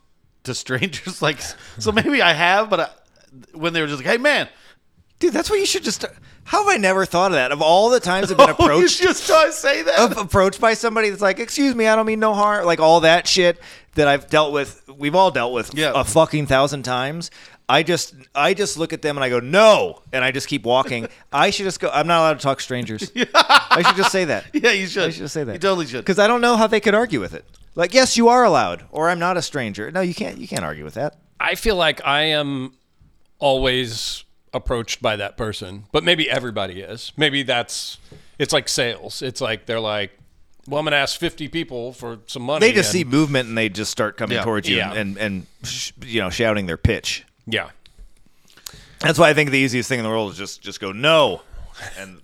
S1: to strangers. Like, so maybe I have, but I, when they were just like, "Hey, man,"
S3: Dude, that's what you should just. How have I never thought of that? Of all the times I've been
S1: Oh, you
S3: approached,
S1: just I say that.
S3: ap- approached by somebody that's like, "Excuse me, I don't mean no harm," like all that shit that I've dealt with. We've all dealt with
S1: Yeah.
S3: a fucking thousand times. I just, I just look at them and I go, "No," and I just keep walking. I should just go. I'm not allowed to talk to strangers. I should just say that.
S1: yeah, you should.
S3: I should just say that.
S1: You totally should.
S3: Because I don't know how they could argue with it. Like, yes, you are allowed, or I'm not a stranger. No, you can't. You can't argue with that.
S2: I feel like I am always approached by that person, but maybe everybody is. Maybe that's it's like sales. It's like they're like, well, I'm going to ask 50 people for some money.
S3: They just
S2: and-
S3: see movement and they just start coming
S1: Yeah.
S3: towards you
S2: Yeah.
S3: and and sh- you know shouting their pitch.
S2: Yeah.
S3: That's why I think the easiest thing in the world is just just go no, and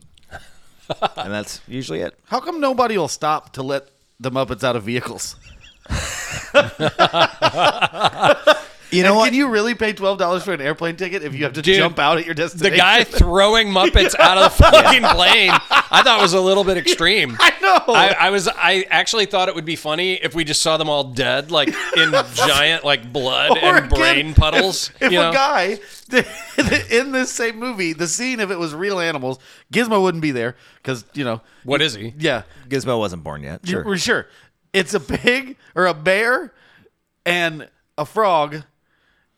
S3: and that's usually it.
S1: How come nobody will stop to let the Muppets out of vehicles?
S3: You know what?
S1: Can you really pay twelve dollars for an airplane ticket if you have to
S2: Dude,
S1: jump out at your
S2: The
S1: destination?
S2: guy throwing Muppets out of the fucking plane, I thought was a little bit extreme.
S1: I know.
S2: I, I was I actually thought it would be funny if we just saw them all dead, like in giant like blood
S1: Or
S2: and
S1: again,
S2: brain puddles.
S1: If, if
S2: you know?
S1: a guy in this same movie, the scene if it was real animals, Gizmo wouldn't be there because you know,
S2: what is he?
S1: yeah,
S3: Gizmo wasn't born yet.
S1: sure.
S3: Sure.
S1: we're sure it's a pig or a bear and a frog,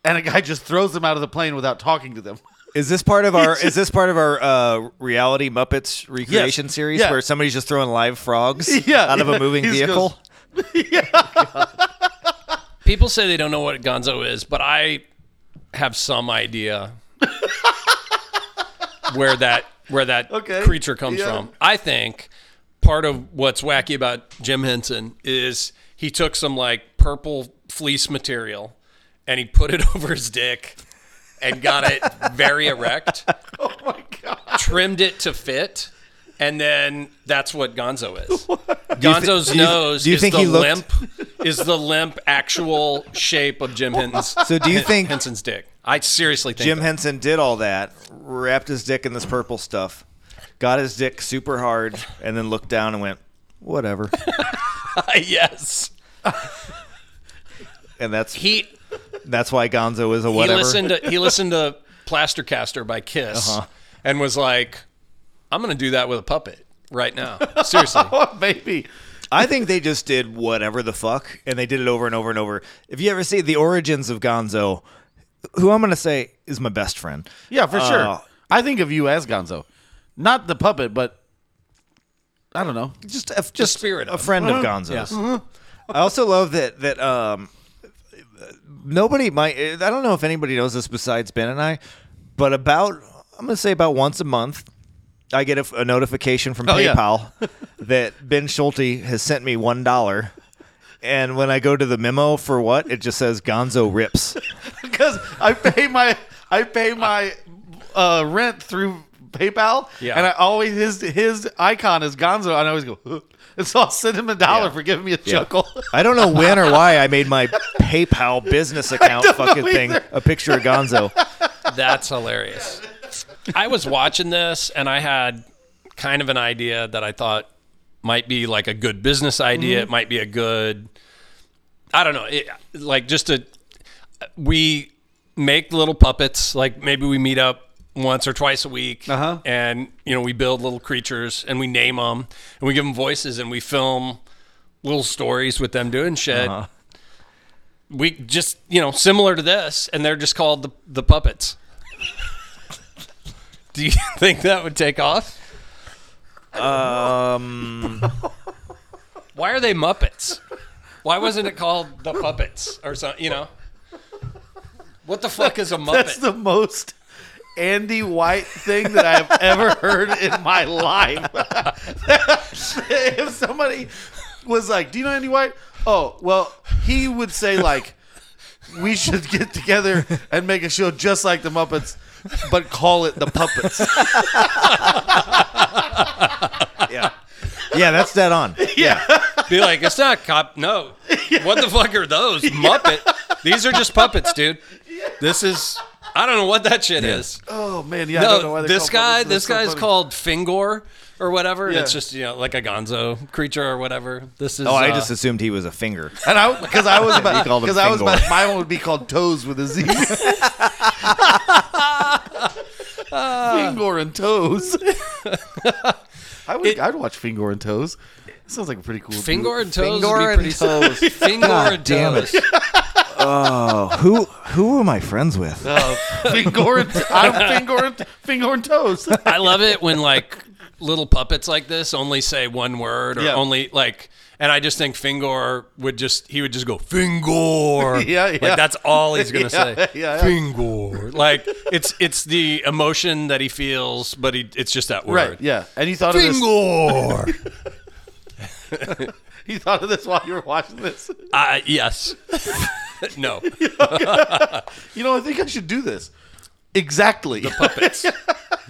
S1: and a guy just throws them out of the plane without talking to them.
S3: Is this part of our is this part of our uh, reality Muppets recreation
S1: Yes.
S3: series
S1: Yeah.
S3: where somebody's just throwing live frogs
S1: Yeah.
S3: out of
S1: Yeah.
S3: a moving
S1: He just
S3: vehicle?
S1: goes-
S2: People say they don't know what Gonzo is, but I have some idea where that where that
S1: Okay.
S2: creature comes
S1: Yeah.
S2: from. I think part of what's wacky about Jim Henson is he took some like purple fleece material and he put it over his dick and got it very erect,
S1: Oh my god!
S2: trimmed it to fit. And then that's what Gonzo is. Gonzo's
S3: do you-
S2: nose
S3: do you
S2: is
S3: think
S2: the
S3: he looked-
S2: limp is the limp actual shape of Jim Henson's
S3: So do you think
S2: Henson's dick. I seriously think
S3: Jim
S2: that.
S3: Henson did all that, wrapped his dick in this purple stuff, got his dick super hard, and then looked down and went, whatever.
S2: yes.
S3: And that's
S2: He
S3: that's why Gonzo is a whatever.
S2: he listened to he listened to Plastercaster by Kiss
S3: Uh-huh.
S2: and was like, I'm gonna do that with a puppet right now. Seriously.
S1: Oh baby,
S3: I think they just did whatever the fuck, and they did it over and over and over. If you ever see the origins of Gonzo, who I'm going to say is my best friend.
S1: yeah, for
S3: Uh,
S1: sure. I think of you as Gonzo, not the puppet, but I don't know.
S3: just a, just
S2: spirit
S3: a
S2: of.
S3: friend of Gonzo's. I also love that that um, nobody might. I don't know if anybody knows this besides Ben and I, but about I'm gonna say about once a month, I get a, a notification from
S1: Oh, yeah.
S3: PayPal that Ben Schulte has sent me one dollar. And when I go to the memo for what, it just says Gonzo rips.
S1: because I pay my I pay my uh, rent through PayPal,
S2: Yeah.
S1: and I always his his icon is Gonzo, and I always go, "Huh." and so I'll send him a dollar for giving me a chuckle.
S3: I don't know when or why I made my PayPal business account fucking thing
S1: either.
S3: a picture of Gonzo.
S2: That's hilarious. I was watching this and I had kind of an idea that I thought might be like a good business idea. It might be a good, I don't know, it, like just a, we make little puppets. Like maybe we meet up once or twice a week
S1: Uh-huh.
S2: and, you know, we build little creatures and we name them and we give them voices and we film little stories with them doing shit. We just, you know, similar to this, and they're just called the, the puppets. Do you think that would take off? Um, why are they Muppets? Why wasn't it called the puppets or something? You know, what the fuck is a Muppet?
S1: That's the most Andy White thing that I've ever heard in my life. if somebody was like, "Do you know Andy White?" Oh, well, he would say like, "We should get together and make a show just like the Muppets." But call it the puppets.
S3: Yeah. Yeah, that's dead on.
S2: Be like, it's not cop. No, what the fuck are those Muppet? These are just puppets, dude. This is. I don't know what that shit is.
S1: Oh man, yeah. I don't know
S2: no,
S1: why they
S2: this
S1: call
S2: guy,
S1: puppets.
S2: this
S1: That's so
S2: guy's
S1: funny.
S2: called Fingor or whatever.
S1: Yeah.
S2: It's just you know like a Gonzo creature or whatever. This is.
S3: Oh, I
S2: uh,
S3: just assumed he was a finger.
S1: And I, because I was about,
S3: called him
S1: because I was
S3: Fingor.
S1: about, my one would be called Toes with a Z. Fingor and Toes. I would, I'd watch Fingor and Toes. That sounds like a pretty cool. duo.
S2: Fingor and toes.
S3: Fingor
S2: would be
S3: and
S2: pretty
S3: toes.
S2: Fingor
S3: God
S2: and
S3: damn it.
S2: toes.
S3: Oh, who who am I friends with?
S1: Uh, Fingor and I'm Fingor and Fingor and Toes.
S2: I love it when like little puppets like this only say one word or
S1: Yeah.
S2: only like. And I just think Fingor would just he would just go Fingor.
S1: Yeah, yeah.
S2: Like that's all he's gonna
S1: Yeah, yeah,
S2: say.
S1: yeah.
S2: Fingor. Like it's it's the emotion that he feels, but he, it's just that word.
S1: Right. Yeah. And you thought of this.
S2: Fingor.
S1: you thought of this while you were watching this.
S2: Uh, yes. no.
S1: You know, I think I should do this. Exactly.
S2: Puppets.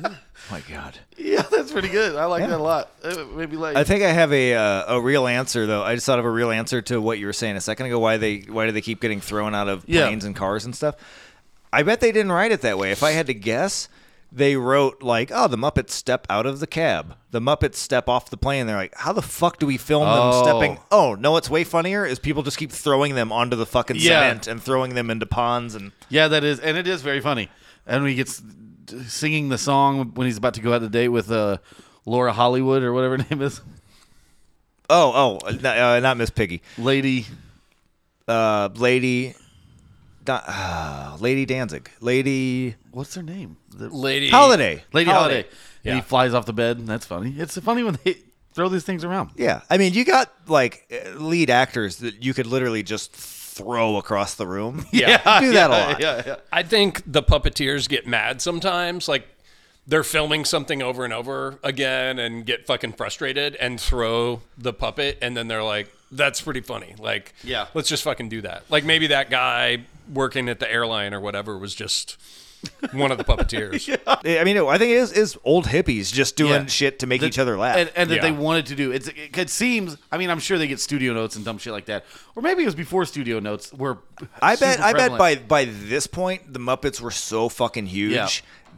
S3: Oh my God.
S1: yeah, that's pretty good. I like that a lot. It made me like.
S3: I think I have a uh, a real answer though. I just thought of a real answer to what you were saying a second ago. Why they why do they keep getting thrown out of
S1: Yeah.
S3: planes and cars and stuff? I bet they didn't write it that way. If I had to guess, they wrote like, "Oh, the Muppets step out of the cab. The Muppets step off the plane." They're like, "How the fuck do we film
S1: Oh.
S3: them stepping?" Oh no, what's way funnier is people just keep throwing them onto the fucking
S1: Yeah.
S3: cement and throwing them into ponds and
S1: yeah, that is, and it is very funny. And when he gets singing the song when he's about to go out to date with uh, Laura Hollywood or whatever her name is,
S3: oh oh, n- uh, not Miss Piggy,
S1: Lady.
S3: uh, Lady, Da- uh, Lady Danzig, Lady
S1: What's her name? The-
S2: Lady.
S3: Holiday,
S1: Lady Holiday. And
S2: Yeah.
S1: he flies off the bed. and That's funny. It's funny when they throw these things around.
S3: Yeah, I mean, you got like uh, lead actors that you could literally just throw across the room.
S2: Yeah.
S3: do that a lot.
S1: Yeah, yeah.
S2: I think the puppeteers get mad sometimes. Like they're filming something over and over again and get fucking frustrated and throw the puppet. And then they're like, that's pretty funny. Like,
S1: Yeah.
S2: let's just fucking do that. Like maybe that guy working at the airline or whatever was just one of the puppeteers.
S3: I mean, I think it is is old hippies just doing
S1: Yeah.
S3: shit to make
S1: That-
S3: each other laugh.
S1: and, and that they
S2: Yeah.
S1: wanted to do. It's, it, it seems. I mean, I'm sure they get studio notes and dumb shit like that, or maybe it was before studio notes were.
S3: I bet
S1: super
S3: I bet
S1: prevalent.
S3: by by this point the Muppets were so fucking huge
S1: Yeah.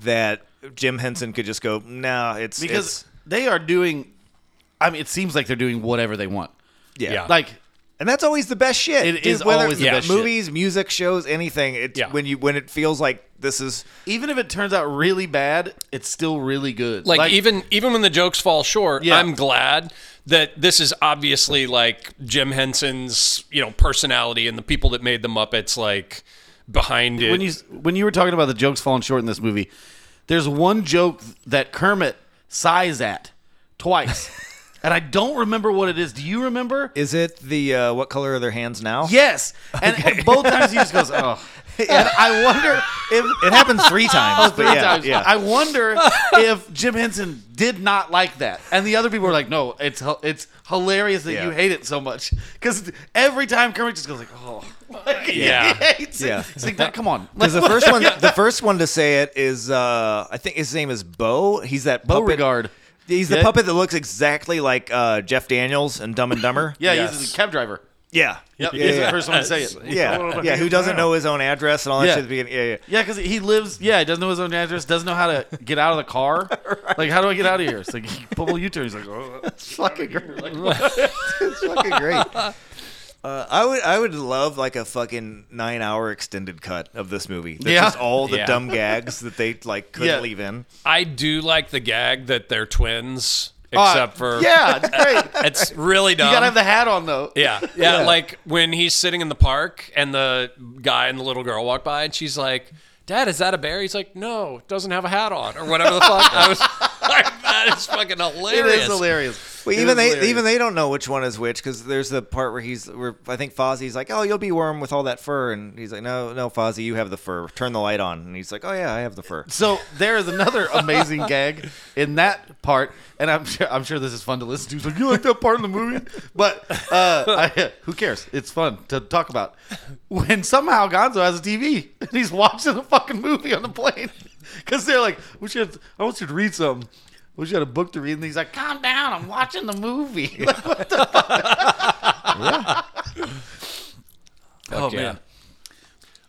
S3: that Jim Henson could just go, "Nah, it's
S1: because
S3: it's-
S1: they are doing. I mean, it seems like they're doing whatever they want.
S3: yeah.
S2: Yeah.
S1: Like
S3: And that's always the best shit.
S1: It
S3: It is
S1: is always the best shit.
S3: movies, music, shows, anything. It's
S2: Yeah.
S3: when you when it feels like this is
S1: even if it turns out really bad, it's still really good.
S2: like, even even when the jokes fall short
S1: Yeah.
S2: i'm glad that this is obviously like jim henson's you know personality and the people that made the muppets like behind it
S1: when you when you were talking about the jokes falling short in this movie, there's one joke that Kermit sighs at twice, and I don't remember what it is. Do you remember?
S3: is it the uh, what color are their hands now?
S1: Yes, and both times he just goes, "Oh." And I wonder if
S3: It happens three times.
S1: Oh, three
S3: but yeah,
S1: times.
S3: yeah.
S1: I wonder if Jim Henson did not like that, and the other people were like, "No, it's hi- it's hilarious that
S3: Yeah.
S1: you hate it so much." Because every time Kermit just goes like, "Oh,
S2: Yeah.
S1: he hates it.
S3: Yeah.
S1: He's like, "That- "Come on,
S3: Because the first one, the first one to say it is, uh, I think his name is Bo. He's that puppet.
S1: Beauregard.
S3: He's the
S1: Yeah.
S3: puppet that looks exactly like uh, Jeff Daniels and Dumb and Dumber.
S1: yeah,
S2: Yes.
S1: he's a cab driver.
S3: yeah,
S1: Yep,
S3: yeah,
S1: he's
S3: yeah.
S1: the first one to say it.
S3: yeah. Yeah, Who doesn't know his own address and all that
S1: Yeah.
S3: shit at the beginning? Yeah, yeah.
S1: Yeah, because he lives. Yeah, he doesn't know his own address. Doesn't know how to get out of the car. Like, how do I get out of here? It's like he pull U turn. He's like, oh, it's fucking great.
S3: It's fucking great. Uh, I would I would love like a fucking nine hour extended cut of this movie. That's
S1: Yeah.
S3: just all the
S2: Yeah.
S3: dumb gags that they like couldn't
S1: Yeah.
S3: leave in.
S2: i do like the gag that they're twins
S1: Uh,
S2: except for
S1: yeah, it's great.
S2: it's really dumb
S1: You gotta have the hat on though.
S2: yeah, yeah, Like when he's sitting in the park and the guy and the little girl walk by and she's like, "Dad, is that a bear?" He's like, "No, it doesn't have a hat on," or whatever the fuck. I was like, "That is fucking
S1: It
S2: hilarious."
S1: is hilarious.
S3: Well,
S1: It
S3: even
S1: is
S3: they
S1: hilarious.
S3: even they don't know which one is which because there's the part where he's where I think Fozzie's like, "Oh, you'll be worm with all that fur," and he's like, "No, no, Fozzie, you have the fur. Turn the light on." And he's like, "Oh yeah, I have the fur."
S1: So there is another amazing gag in that part, and I'm sure I'm sure this is fun to listen to. He's like, you like that part in the movie, but uh, I, who cares? It's fun to talk about. When somehow Gonzo has a TV and he's watching a fucking movie on the plane, because they're like, "We should. I want you to read something. We should have a book to read." And he's like, "Calm down, I'm watching the movie." Like, what the fuck? Oh
S2: yeah.
S1: man.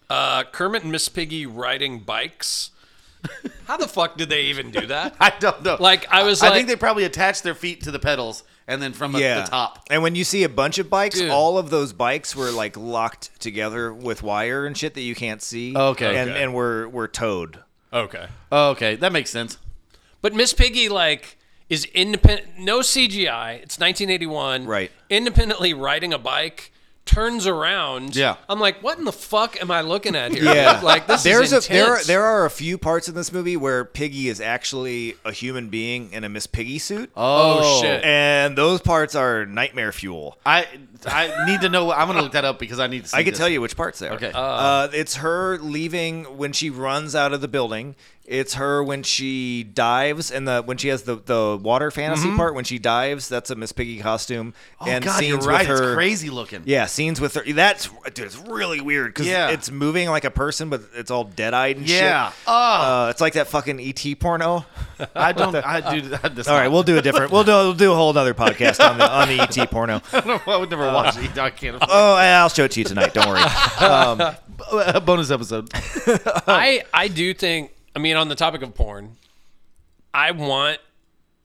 S2: Uh, Kermit and Miss Piggy riding bikes. How the fuck did they even do that?
S1: I don't know.
S2: Like, I was
S1: I
S2: like-
S1: think they probably attached their feet to the pedals and then from
S3: Yeah,
S1: the top.
S3: And when you see a bunch of bikes,
S2: Dude.
S3: all of those bikes were like locked together with wire and shit that you can't see.
S1: Okay.
S3: and
S2: Okay.
S3: and were were towed.
S2: Okay.
S3: Oh,
S1: okay, that makes sense.
S2: But Miss Piggy, like, is independent. No CGI. It's 1981.
S3: Right.
S2: Independently riding a bike, turns around.
S1: Yeah.
S2: I'm like, what in the fuck am I looking at here?
S3: Yeah,
S2: Like this
S3: There's
S2: is
S3: a there are,
S2: intense.
S3: there are a few parts in this movie where Piggy is actually a human being in a Miss Piggy suit.
S2: Oh, shit.
S3: and those parts are nightmare fuel.
S1: I I need to know. I'm gonna look that up because I need to. See
S3: I can
S1: this.
S3: tell you which parts there.
S1: Okay.
S3: Uh, it's her leaving when she runs out of the building. It's her when she dives and the when she has the, the water fantasy part when she dives. That's a Miss Piggy costume.
S1: Mm-hmm. Oh
S3: and
S1: God,
S3: scenes
S1: you're right.
S3: with her,
S1: It's crazy looking.
S3: Yeah, scenes with her. That's dude, it's really weird because
S1: Yeah.
S3: it's moving like a person, but it's all dead eyed and shit.
S1: Yeah. Oh.
S3: Uh, it's like that fucking ET porno.
S1: I don't. I do. I just,
S3: All right, we'll do a different. We'll do we'll do a whole other podcast on the on the ET porno.
S1: I would never watch it. I can't.
S3: Oh, I'll show it to you tonight. Don't worry.
S1: A bonus episode.
S2: I I do think. I mean, on the topic of porn, I want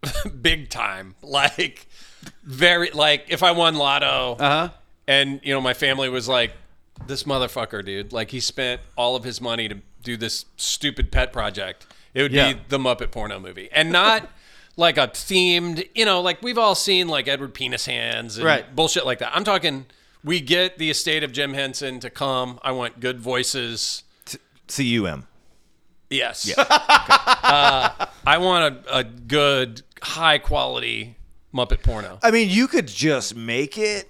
S2: big time, like very like if I won Lotto,
S1: Uh huh.
S2: and you know my family was like, "This motherfucker, dude! Like he spent all of his money to do this stupid pet project. It would
S1: Yeah.
S2: be the Muppet porno movie, and not." Like a themed, you know, like we've all seen like Edward Penis Hands and
S1: Right.
S2: bullshit like that. I'm talking, we get the estate of Jim Henson to come. I want good voices.
S3: C-U-M.
S2: Yes. uh, I want a, a good, high quality Muppet porno.
S3: I mean, you could just make it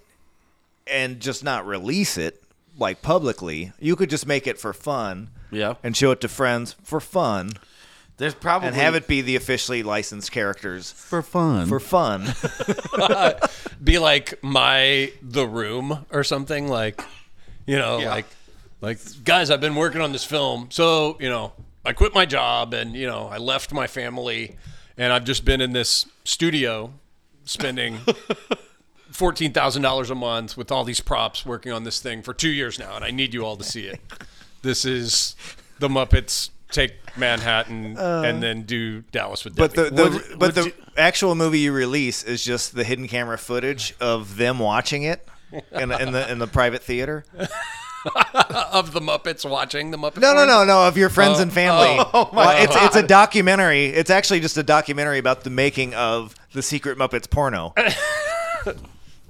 S3: and just not release it like publicly. You could just make it for fun.
S1: Yeah.
S3: And show it to friends for fun
S1: There's probably
S3: and have it be the officially licensed characters
S1: for fun.
S3: for fun.
S2: Be like my The Room or something like, you know, like, like guys, I've been working on this film, so you know, I quit my job and you know, I left my family, and I've just been in this studio, spending. Fourteen thousand dollars a month with all these props, working on this thing for two years now, and I need you all to see it. This is the Muppets take Manhattan and then do Dallas with Debbie.
S3: Uh. But the, the
S1: Would-
S3: but
S1: would
S3: the
S1: you-
S3: actual movie you release is just the hidden camera footage of them watching it in, in the in the private theater.
S2: of the Muppets watching the Muppet.
S3: No, no,
S2: Party?
S3: no, no. Of your friends and family.
S1: oh my
S3: Well, it's it's a documentary. It's actually just a documentary about the making of the Secret Muppets porno.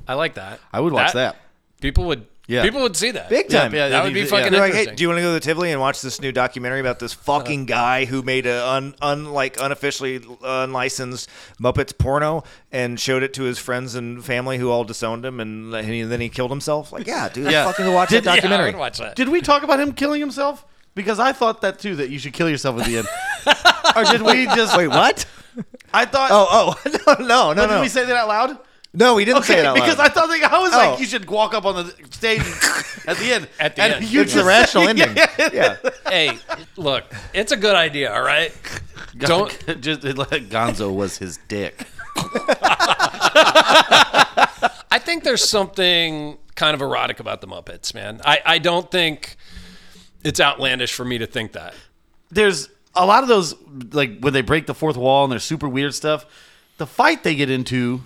S2: I like that.
S1: I would watch that.
S2: People would.
S1: Yeah.
S2: People would see that.
S3: Big time.
S1: yeah,
S2: That would be
S1: yeah.
S2: fucking
S3: They're like, hey,
S2: interesting.
S3: do you want to go to the Tivoli and watch this new documentary about this fucking
S1: Uh-huh.
S3: guy who made a un, un like unofficially unlicensed Muppets porno and showed it to his friends and family who all disowned him and, he- then he killed himself? Like, yeah, dude,
S1: Yeah.
S3: yeah. fucking go watch that
S1: Did- yeah,
S2: Yeah, I
S3: documentary.
S2: would watch that.
S1: Did we talk about him killing himself? Because I thought that too. That you should kill yourself at the end. or did we just?
S3: Wait, what?
S1: I thought.
S3: Oh, oh, no, no, no,
S1: but did
S3: no.
S1: we say that out loud?
S3: no, we didn't say
S1: Okay,
S3: that.
S1: because I thought like, I was
S3: Oh.
S1: like, you should walk up on the stage at the end.
S2: At the
S1: and
S2: end.
S1: you
S3: it's a
S1: just-
S3: rational ending.
S1: Yeah.
S3: yeah.
S2: hey, look, it's a good idea. All right. Don't.
S1: just like Gonzo was his dick.
S2: I think there's something kind of erotic about the Muppets, man. I I don't think it's outlandish for me to think that.
S1: There's a lot of those like when they break the fourth wall and they're super weird stuff. The fight they get into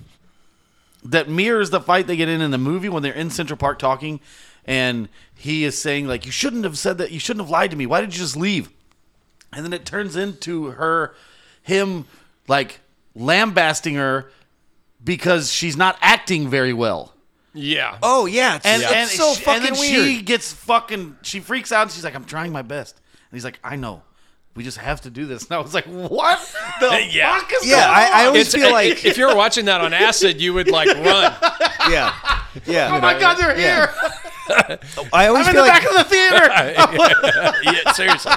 S1: that mirrors the fight they get in in the movie when they're in Central Park talking, and he is saying like, "You shouldn't have said that. You shouldn't have lied to me. Why did you just leave?" And then it turns into her, him, like lambasting her because she's not acting very well.
S2: Yeah.
S3: Oh yeah, it's,
S1: And,
S3: it's
S1: and,
S3: so
S1: she-
S3: fucking
S1: and then
S3: weird.
S1: she gets fucking, she freaks out and she's like, I'm trying my best. And he's like, I know. We just have to do this. And I was like, what the
S2: Yeah.
S1: fuck is
S3: Yeah,
S1: going
S3: I- I
S1: on?
S3: always
S2: It's,
S3: feel like-
S2: if you were watching that on acid, you would like run.
S3: yeah, yeah.
S1: Oh my God, they're
S3: Yeah.
S1: here.
S3: I always
S1: I'm in
S3: feel
S1: the
S3: like
S1: back of the theater.
S2: yeah, seriously,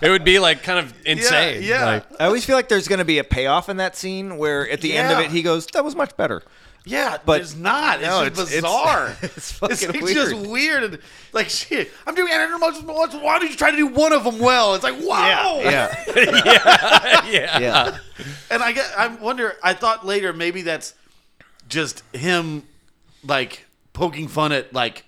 S2: it would be like kind of insane.
S1: yeah.
S2: Like,
S3: I always feel like there's going to be a payoff in that scene where at the end of
S1: Yeah.
S3: it he goes, "That was much better."
S1: Yeah,
S3: But-
S1: but it's not. It's
S3: No,
S1: just
S3: it's- it's-
S1: bizarre.
S3: it's fucking
S1: like, just
S3: weird.
S1: weird. And, like, shit, I'm doing editor multiple once. Why don't you try to do one of them well? It's like, wow.
S3: Yeah,
S1: Uh,
S2: yeah.
S3: yeah.
S1: And I get, I wonder. I thought later maybe that's just him, like poking fun at like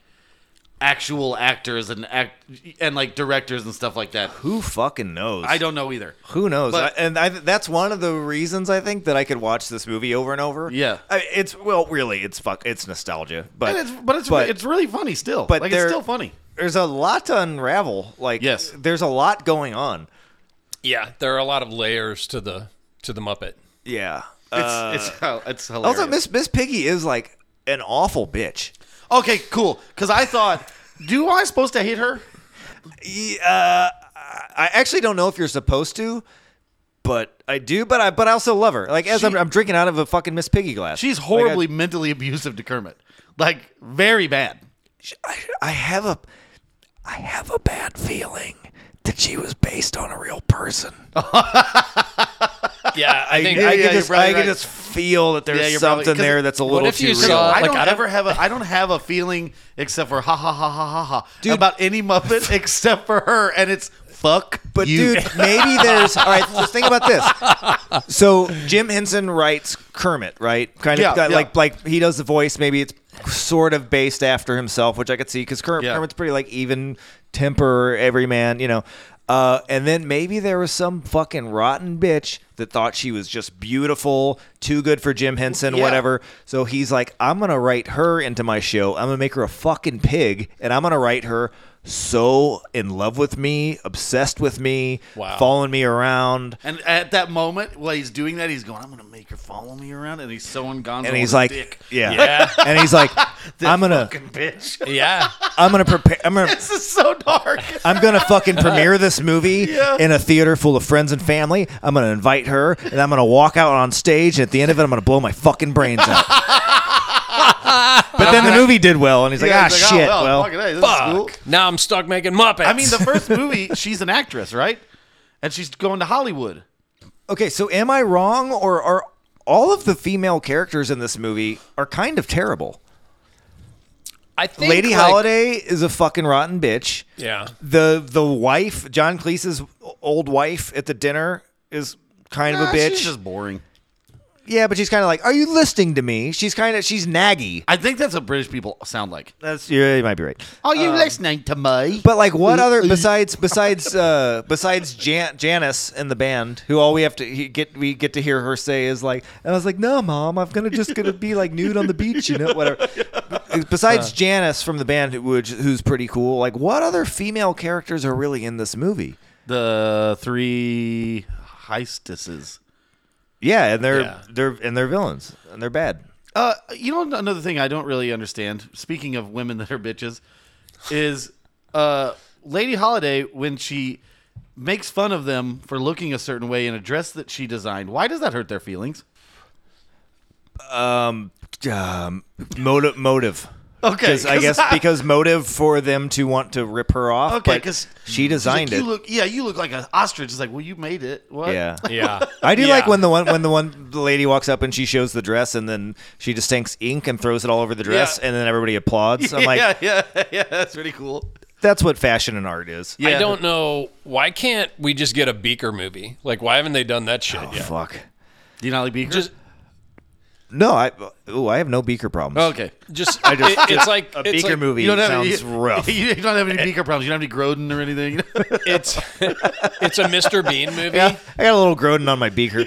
S1: actual actors and act and like directors and stuff like that.
S3: Who fucking knows?
S1: I don't know either.
S3: Who knows?
S1: But-
S3: I, and I, that's one of the reasons I think that I could watch this movie over and over.
S1: Yeah.
S3: I, it's well, really, it's fuck, it's nostalgia, but
S1: And it's, but it's
S3: But-
S1: it's really funny still.
S3: but
S1: But like it's
S3: there-
S1: still funny.
S3: there's a lot to unravel. Like,
S1: Yes.
S3: there's a lot going on.
S2: Yeah, there are a lot of layers to the to the Muppet.
S3: Yeah.
S1: It's
S3: Uh,
S1: it's it's hilarious.
S3: also, Miss Miss Piggy is like an awful bitch.
S1: okay, cool. Because I thought, do I supposed to hate her?
S3: uh, I actually don't know if you're supposed to, but I do. But I but I also love her. Like as I'm, I'm drinking out of a fucking Miss Piggy glass.
S1: She's
S3: Like, I-
S1: horribly mentally abusive to Kermit. Like very bad.
S3: I, I have a I have a bad feeling that she was based on a real person.
S2: Yeah, I think.
S3: I,
S1: yeah,
S3: could
S1: you're
S3: just,
S1: probably
S3: I could
S1: right.
S3: just feel that there's
S1: Yeah, you're probably-
S3: something
S1: 'cause
S3: there that's a little
S2: if
S3: too
S2: you
S3: real.
S2: saw-
S1: I
S2: like,
S1: don't
S2: I don't-
S1: ever have a I don't have a feeling except for ha ha ha ha ha ha about any Muppet except for her, and it's fuck.
S3: But
S1: you.
S3: dude, maybe there's all right. Just think about this. So Jim Henson writes Kermit, right? Kind of
S1: Yeah,
S3: got-
S1: yeah.
S3: like like he does the voice. Maybe it's sort of based after himself, which I could see because Kermit,
S1: Yeah.
S3: Kermit's pretty like even temper, everyman, you know. Uh, and then maybe there was some fucking rotten bitch that thought she was just beautiful, too good for Jim Henson,
S1: Yeah.
S3: whatever. So he's like, I'm gonna write her into my show. I'm gonna make her a fucking pig, and I'm gonna write her so in love with me, obsessed with me,
S2: Wow.
S3: following me around.
S1: and at that moment, while he's doing that, he's going, "I'm gonna make her follow me around," and he's so gonzo.
S3: And he's like,
S1: dick.
S3: yeah.
S2: Yeah.
S3: and he's like,
S1: This
S3: I'm gonna,
S1: fucking bitch.
S2: yeah.
S3: I'm gonna prepare, I'm gonna,
S1: this is so dark.
S3: I'm gonna fucking premiere this movie
S1: Yeah.
S3: in a theater full of friends and family. I'm gonna invite her, and I'm gonna walk out on stage. And at the end of it, I'm gonna blow my fucking brains out. but then the movie did well, and he's like,
S1: Yeah,
S3: ah,
S1: he's like, oh,
S3: shit. well,
S1: fucking hey, this is cool.
S2: Fuck. Now I'm stuck making Muppets.
S1: I mean, the first movie, she's an actress, right? And she's going to Hollywood.
S3: okay. So am I wrong, or are all of the female characters in this movie are kind of terrible?
S2: I think
S3: Lady
S2: like-
S3: Holiday is a fucking rotten bitch.
S2: Yeah.
S3: The the wife, John Cleese's old wife at the dinner, is kind of a bitch.
S1: She's just boring.
S3: Yeah, but she's kind of like, "Are you listening to me?" She's kind of she's naggy.
S1: I think that's what British people sound like. Um,
S3: That's yeah, you might be right.
S1: Are you listening to me?
S3: But like, what other besides besides uh besides Jan- Janice in the band, who all we have to he, get we get to hear her say is like, and I was like, "No, mom, I'm gonna just gonna be like nude on the beach, you know, whatever." Besides Janice from the band, who- which who's pretty cool. Like, what other female characters are really in this movie?
S1: the three heistesses.
S3: Yeah, and they're
S2: Yeah.
S3: they're and they're villains and they're bad.
S1: Uh, you know another thing I don't really understand. Speaking of women that are bitches, is uh, Lady Holiday when she makes fun of them for looking a certain way in a dress that she designed. Why does that hurt their feelings?
S3: um, motive motive.
S1: Okay,
S3: 'Cause I
S1: 'cause
S3: guess
S1: I-
S3: because motive for them to want to rip her off.
S1: Okay,
S3: but
S1: 'cause
S3: she designed
S1: She's like,
S3: it.
S1: You look, yeah, you look like an ostrich. It's like, well, you made it. What?
S3: yeah.
S2: Yeah.
S3: I do
S2: Yeah.
S3: like when the one when the one the lady walks up and she shows the dress and then she just tanks ink and throws it all over the dress
S1: Yeah.
S3: and then everybody applauds. I'm
S1: yeah,
S3: like,
S1: yeah, yeah. That's pretty cool.
S3: that's what fashion and art is.
S1: Yeah.
S2: I don't know why can't we just get a Beaker movie? Like, why haven't they done that shit yet?
S3: Oh, Fuck.
S1: Do you not like Beaker?
S2: Just,
S3: No, I ooh, I have no beaker problems.
S1: okay.
S2: just,
S3: I just-
S2: it- it's like
S3: A
S2: it's
S3: beaker
S2: like-
S3: movie
S1: You don't have
S3: sounds
S1: you,
S3: rough.
S1: You don't have any Beaker problems. You don't have any Groden or anything.
S2: It's it's a Mr. Bean movie.
S3: Yeah, I got a little Groden on my beaker.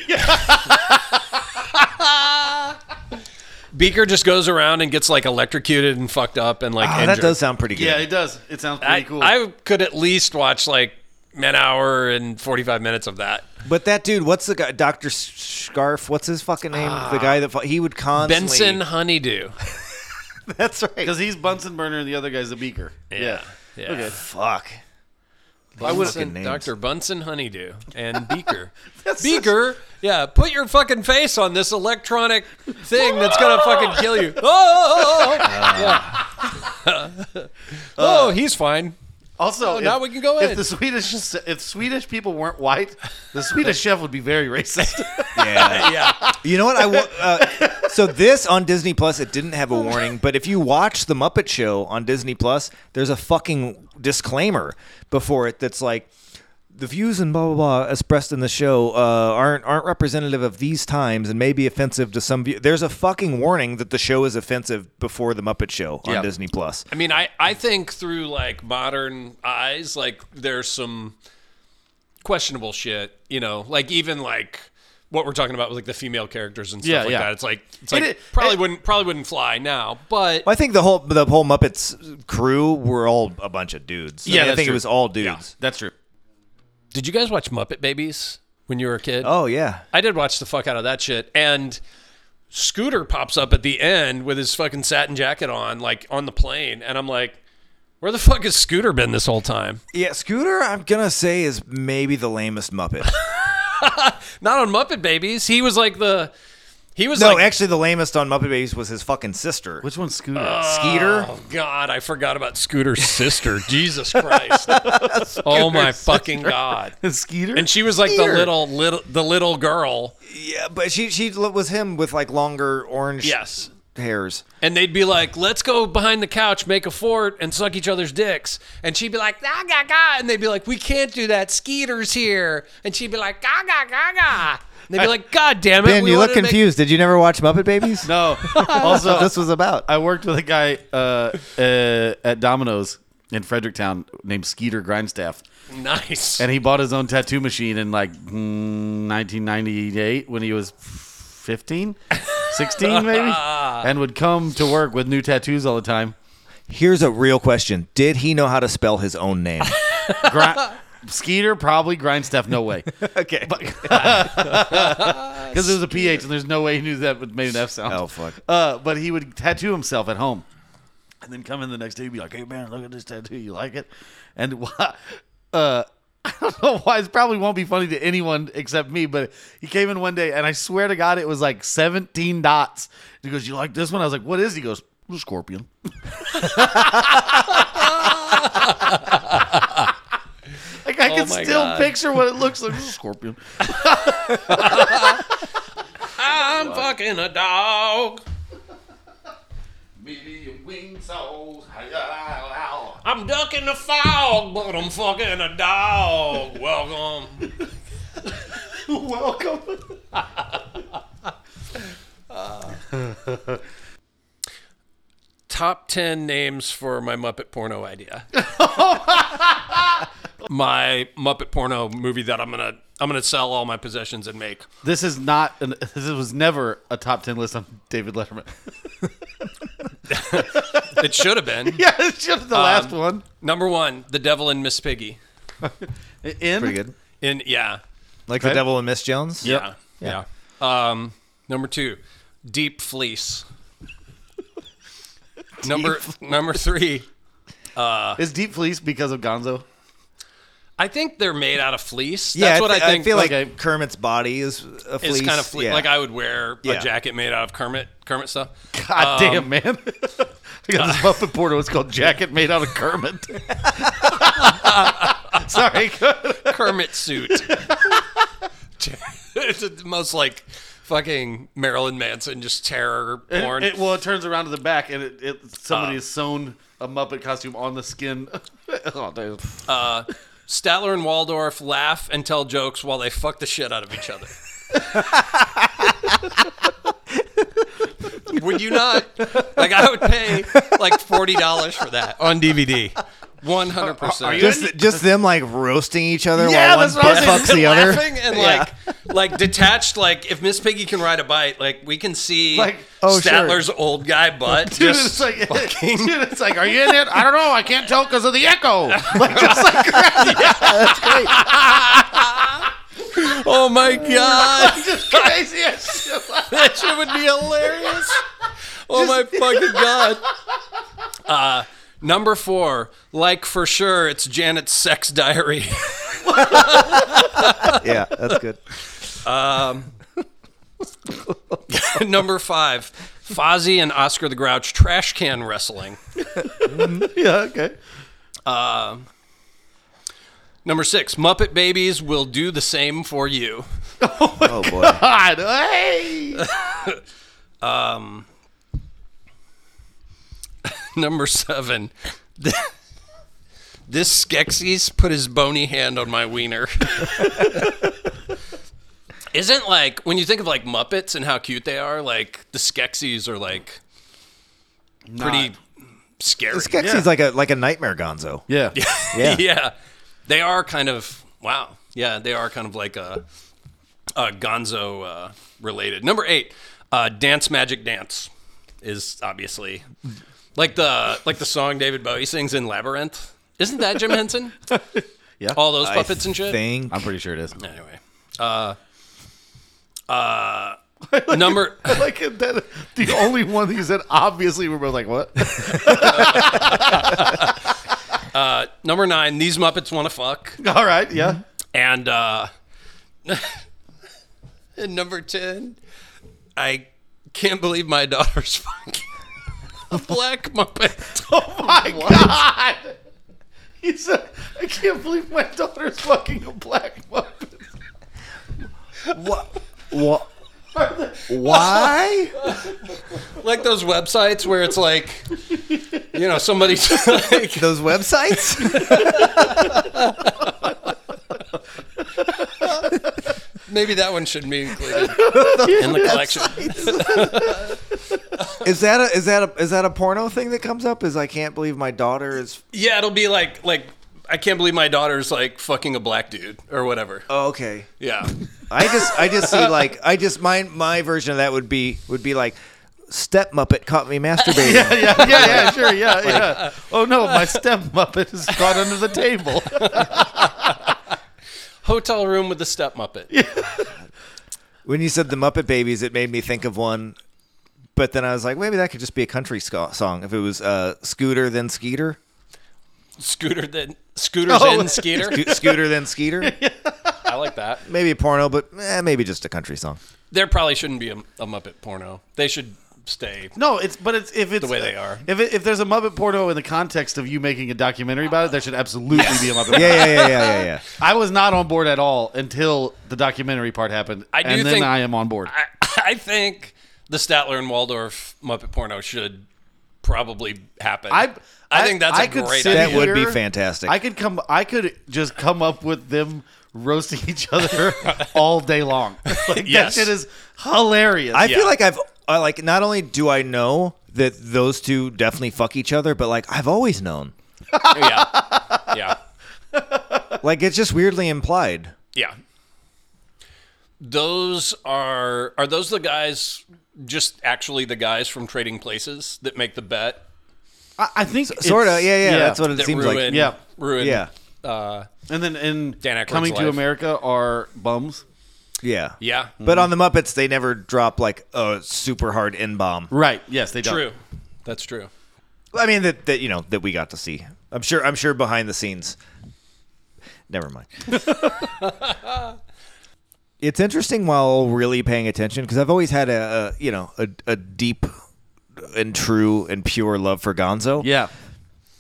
S2: Beaker just goes around and gets like electrocuted and fucked up and like
S3: Oh,
S2: injured.
S3: that does sound pretty good.
S1: yeah, it does. It sounds pretty
S2: I,
S1: cool.
S2: I could at least watch like an hour and forty five minutes of that.
S3: But that dude, what's the guy? Doctor Scarf. What's his fucking name?
S1: Ah.
S3: the guy that fu- he would constantly.
S2: Benson Honeydew.
S3: That's right.
S1: Because he's Bunsen burner and the other guy's a beaker. Yeah.
S2: Yeah.
S1: Okay.
S3: Fuck.
S2: I
S3: Fucking
S2: would
S3: names.
S2: Dr. Bunsen Honeydew and Beaker.
S1: That's
S2: Beaker, yeah, put your fucking face on this electronic thing that's gonna fucking kill you. Oh, oh, oh, oh.
S1: Ah.
S2: Yeah.
S1: Uh.
S2: oh he's fine.
S1: Also,
S2: Oh,
S1: if,
S2: now we can go
S1: if
S2: in.
S1: the Swedish if Swedish people weren't white, the Swedish chef would be very racist.
S3: Yeah.
S2: Yeah,
S3: you know what? I wa- uh, so this on Disney Plus, it didn't have a warning, but if you watch the Muppet Show on Disney Plus, there's a fucking disclaimer before it that's like. The views and blah blah blah expressed in the show uh, aren't aren't representative of these times and may be offensive to some. View- There's a fucking warning that the show is offensive before the Muppet Show on
S1: Yeah.
S3: Disney Plus.
S2: I mean, I I think through like modern eyes, like there's some questionable shit. You know, like even like what we're talking about with like the female characters and stuff
S1: Yeah,
S2: like
S1: yeah.
S2: that. It's like it's like
S1: It-
S2: probably
S1: it-
S2: wouldn't probably wouldn't fly now, but
S3: Well, I think the whole the whole Muppets crew were all a bunch of dudes. I
S1: Yeah,
S3: mean, I,
S1: that's
S3: think
S1: true.
S3: it was all dudes.
S1: That's true.
S2: Did you guys watch Muppet Babies when you were a kid?
S3: Oh yeah,
S2: I did watch the fuck out of that shit. And Scooter pops up at the end with his fucking satin jacket on, like on the plane. And I'm like, where the fuck has Scooter been this whole time?
S3: yeah. Scooter, I'm gonna say is maybe the lamest Muppet.
S2: Not on Muppet Babies. He was like the. He was
S3: No,
S2: like,
S3: actually, the lamest on Muppet Babies was his fucking sister,
S1: Which one's Scooter?
S3: Skeeter.
S2: oh God, I forgot about Scooter's sister. Jesus Christ! oh my fucking God!
S1: Skeeter?
S2: And she was like the
S3: Skeeter.
S2: little little the little girl.
S3: Yeah, but she she was him with like longer orange
S2: Yes.
S3: hairs.
S2: And they'd be like, "Let's go behind the couch, make a fort, and suck each other's dicks." And she'd be like, "Ga ga ga," and they'd be like, "We can't do that. Skeeter's here." And she'd be like, "Ga ga ga ga." And they'd be like, "God damn it!"
S3: Ben,
S2: we
S3: you look
S2: wanted to make-
S3: confused. Did you never watch Muppet Babies?
S1: no.
S3: That's what
S1: Also,
S3: this was about.
S1: I worked with a guy uh, uh, at Domino's in Fredericktown named Skeeter Grindstaff,
S2: Nice.
S1: and he bought his own tattoo machine in like mm, 1998 when he was 15, 16 maybe, and would come to work with new tattoos all the time.
S3: Here's a real question: Did he know how to spell his own name?
S1: Gri- Skeeter probably Grindstaff, no way,
S3: okay.
S1: because it was a PH, and there's no way he knew that would made an F sound.
S3: Oh, fuck.
S1: Uh, but he would tattoo himself at home, and then come in the next day and be like, "Hey man, look at this tattoo. You like it?" And wha- uh, I don't know why. It probably won't be funny to anyone except me. But he came in one day, and I swear to God, it was like 17 dots. He goes, "You like this one?" I was like, "What is?" it?" He goes, "The scorpion." Like I can
S2: my
S1: still
S2: God.
S1: picture what it looks like. It's a scorpion.
S2: I'm fucking a dog. I'm ducking the fog, but I'm fucking a dog. Welcome.
S1: Welcome.
S2: Top 10 names for my Muppet porno idea. my Muppet porno movie that I'm going to I'm going to sell all my possessions and make.
S1: This is not. An, this was never a top ten list on David Letterman.
S2: It should have been.
S1: yeah, it's just the last one.
S2: Number 1, The Devil and Miss Piggy.
S1: In
S3: Pretty good.
S2: In yeah.
S3: Like
S1: Okay.
S3: the Devil and Miss Jones.
S1: Yep.
S2: Yeah. Um number 2, Deep Fleece. number number 3,
S1: Is Deep Fleece because of Gonzo?
S2: I think they're made out of fleece.
S3: Yeah,
S2: That's what
S3: I, thi-
S2: I think.
S3: feel like
S1: okay.
S3: Kermit's body is a fleece.
S2: It's kind of fleece.
S3: Yeah.
S2: Like I would wear
S3: Yeah.
S2: a jacket made out of Kermit Kermit stuff.
S1: God Ah, damn, man! I got this Muppet Porto. It's called Jacket Made Out of Kermit. Sorry.
S2: Kermit suit. it's the most like fucking Marilyn Manson, just terror porn.
S1: It- well, it turns around to the back, and it, it somebody has sewn a Muppet costume on the skin. oh, dude.
S2: Statler and Waldorf laugh and tell jokes while they fuck the shit out of each other. would you not? Like I would pay like forty dollars for that on DVD. One hundred percent.
S3: just just them like roasting each other
S1: Yeah,
S3: while
S1: that's
S3: one
S1: what I
S3: butt
S1: was
S3: fucks the other.
S2: laughing and
S3: Yeah.
S2: like like detached like if miss piggy can ride a bike like we can see
S1: Like,
S3: oh, sure.
S2: statler's old guy butt
S1: Dude,
S2: just
S1: it's like, dude, it's like, are you in it? I don't know. I can't tell because of the echo. Like, just like
S2: oh my god
S1: just crazy as shit.
S2: that shit would be hilarious oh my fucking god uh number four like for sure it's janet's sex diary
S3: yeah, that's good.
S2: number five fozzie and oscar the grouch trash can wrestling
S1: Mm-hmm.
S2: Uh,
S1: Yeah, okay.
S2: number six muppet babies will do the same for you
S3: Oh boy.
S1: God, hey.
S2: Number seven. this Skeksis put his bony hand on my wiener. Isn't like when you think of like Muppets and how cute they are, like the Skeksis are like pretty scary.
S3: Skeksis like a like a nightmare Gonzo.
S1: Yeah.
S3: Yeah.
S2: yeah. They are kind of wow. Yeah, they are kind of like a, a Gonzo uh, related. Number eight, uh, Dance Magic Dance is obviously like the like the song David Bowie sings in Labyrinth. Isn't that Jim Henson?
S1: Yeah.
S2: All those puppets and shit.
S3: Thing.
S1: I'm pretty sure it is.
S2: Anyway. Uh, uh, number
S1: like that, the only one that you said obviously we're both like what
S2: number nine, these Muppets wanna fuck.
S1: all right yeah
S2: And uh and number 10, I can't believe my daughter's fucking a black Muppet.
S1: Oh my god! He's a, I can't believe my daughter's fucking a black muppet.
S3: What? What? Why?
S2: like those websites where it's like, you know, somebody like,
S3: Those websites?
S2: maybe that one shouldn't be included in the collection.
S3: is that a is that a is that a porno thing that comes up? Is I can't believe my daughter is.
S2: Yeah, it'll be like like I can't believe my daughter's like fucking a black dude or whatever.
S3: Oh, okay.
S2: Yeah.
S3: I just I just see like I just my my version of that would be would be like step muppet caught me masturbating.
S1: Yeah, yeah, yeah, sure, yeah, yeah. Oh no, my step muppet is caught under the table.
S2: Hotel room with the step muppet.
S3: When you said the Muppet Babies, it made me think of one. But then I was like, maybe that could just be a country sco- song. If it was uh, Scooter then Skeeter,
S2: Scooter then scooters
S1: Oh.
S2: in skeeter.
S3: Sco- Scooter then Skeeter,
S2: I like that.
S3: maybe a porno, but eh, maybe just a country song.
S2: There probably shouldn't be a, a Muppet porno. They should stay.
S1: No, it's but it's if it's
S2: The way they are.
S1: If it, if there's a muppet porno in the context of you making a documentary about it, there should absolutely be a muppet. porno.
S3: Yeah, yeah, yeah, yeah, yeah. yeah.
S1: I was not on board at all until the documentary part happened,
S2: I do
S1: and then
S2: think-
S1: I am on board.
S2: I, I think the Statler and Waldorf Muppet porno should probably happen.
S1: I-
S2: I
S1: I-
S2: think that's a
S1: I could
S2: great
S1: sit
S2: idea.
S3: That would be
S1: Here-
S3: fantastic.
S1: I could come. I could just come up with them roasting each other all day long. Like
S2: Yes.
S1: that shit is hilarious.
S3: I
S2: Yeah.
S3: feel like I've I like not only do I know that those two definitely fuck each other, but like I've always known.
S2: yeah. Yeah.
S3: Like it's just weirdly implied.
S2: Yeah. Those are are those the guys just actually the guys from Trading Places that make the bet
S1: I, I think it's-
S3: Sort of, yeah, yeah, That's what it
S2: that
S3: seems
S2: ruin
S3: like.
S1: Yeah.
S2: ruin
S3: Yeah,
S2: uh
S1: And then in
S2: Dan Aykroyd's
S1: coming to
S2: life.
S1: America are bums.
S3: yeah,
S2: yeah
S3: But on the Muppets, they never drop like a super hard n bomb.
S1: Right. Yes, they
S2: true
S1: don't.
S2: that's true
S3: I mean that that you know that we got to see. I'm sure. I'm sure behind the scenes. Never mind. it's interesting while really paying attention because I've always had a, a you know a, a deep and true and pure love for Gonzo.
S1: Yeah.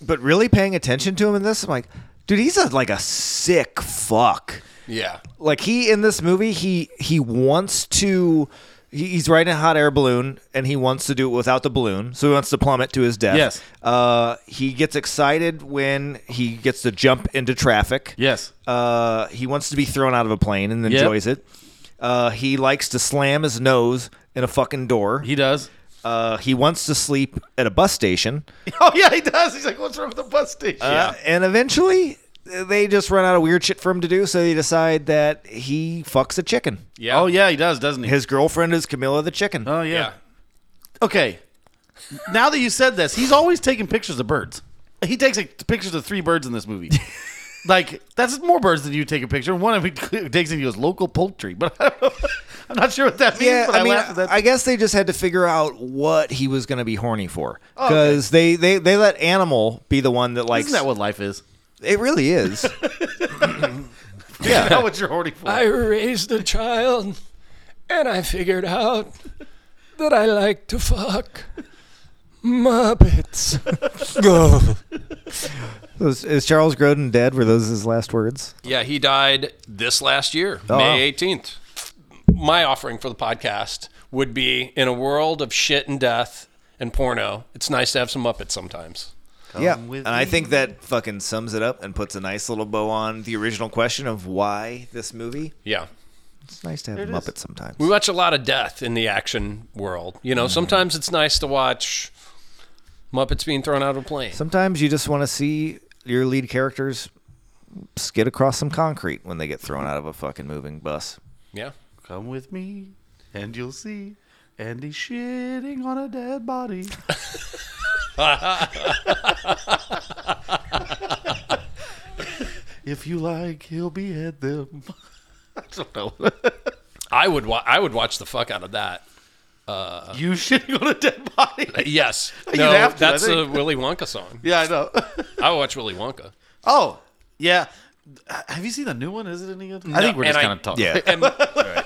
S3: But really paying attention to him in this, I'm like, dude, he's a, like a sick fuck
S2: yeah
S3: like he in this movie he he wants to he- he's riding a hot air balloon and he wants to do it without the balloon so he wants to plummet to his death
S1: Yes.
S3: uh, he gets excited when he gets to jump into traffic
S1: Yes.
S3: uh, he wants to be thrown out of a plane and
S1: Yep.
S3: enjoys it uh, he likes to slam his nose in a fucking door
S1: He does.
S3: uh, he wants to sleep at a bus station
S1: Oh yeah, he does. He's like, what's wrong with the bus station?
S3: uh, and eventually they just run out of weird shit for him to do so they decide that he fucks a chicken
S2: yeah
S1: Oh yeah, he does, doesn't he?
S3: His girlfriend is Camilla the chicken.
S1: oh yeah.
S2: yeah
S1: Okay. Now that you said this, he's always taking pictures of birds. He takes like, pictures of three birds in this movie. like that's more birds than you take a picture. One of them takes and he goes local poultry, but I don't know. I'm not sure what that means.
S3: yeah,
S1: but
S3: I mean,
S1: laughed at that.
S3: I guess they just had to figure out what he was going to be horny for because they, they they let animal be the one that likes.
S1: Oh, isn't that what life is?
S3: it really is.
S1: Yeah, not what you're horny for.
S2: I raised a child and I figured out that I like to fuck Muppets.
S3: is, is Charles Grodin dead? Were those his last words?
S2: Yeah, he died this last year,
S1: Oh,
S3: wow.
S2: May 18th. My offering for the podcast would be in a world of shit and death and porno, it's nice to have some Muppets sometimes.
S3: yeah,
S1: with
S3: and I think that fucking sums it up and puts a nice little bow on the original question of why this movie.
S2: Yeah.
S3: It's nice to have
S1: it
S3: Muppets
S1: is.
S3: sometimes.
S2: We watch a lot of death in the action world. You
S1: Mm.
S2: know, sometimes it's nice to watch Muppets being thrown out of a plane.
S3: Sometimes you just want to see your lead characters skid across some concrete when they get thrown out of a fucking moving bus.
S2: Yeah.
S1: Come with me, and you'll see Andy shitting on a dead body. if you like, he'll behead them. I don't know.
S2: Uh. I would wa- I would watch the fuck out of that.
S1: you shitting on a dead body?
S2: Yes.
S1: You'd
S2: No,
S1: have to, I
S2: that's a
S1: think.
S2: Willy Wonka song.
S1: Yeah, I know.
S2: I would watch Willy Wonka.
S1: oh, yeah. Have you seen the new one? Is it any good? I think we're
S2: and
S1: just
S2: I-
S1: kind of talking.
S3: Yeah.
S2: And,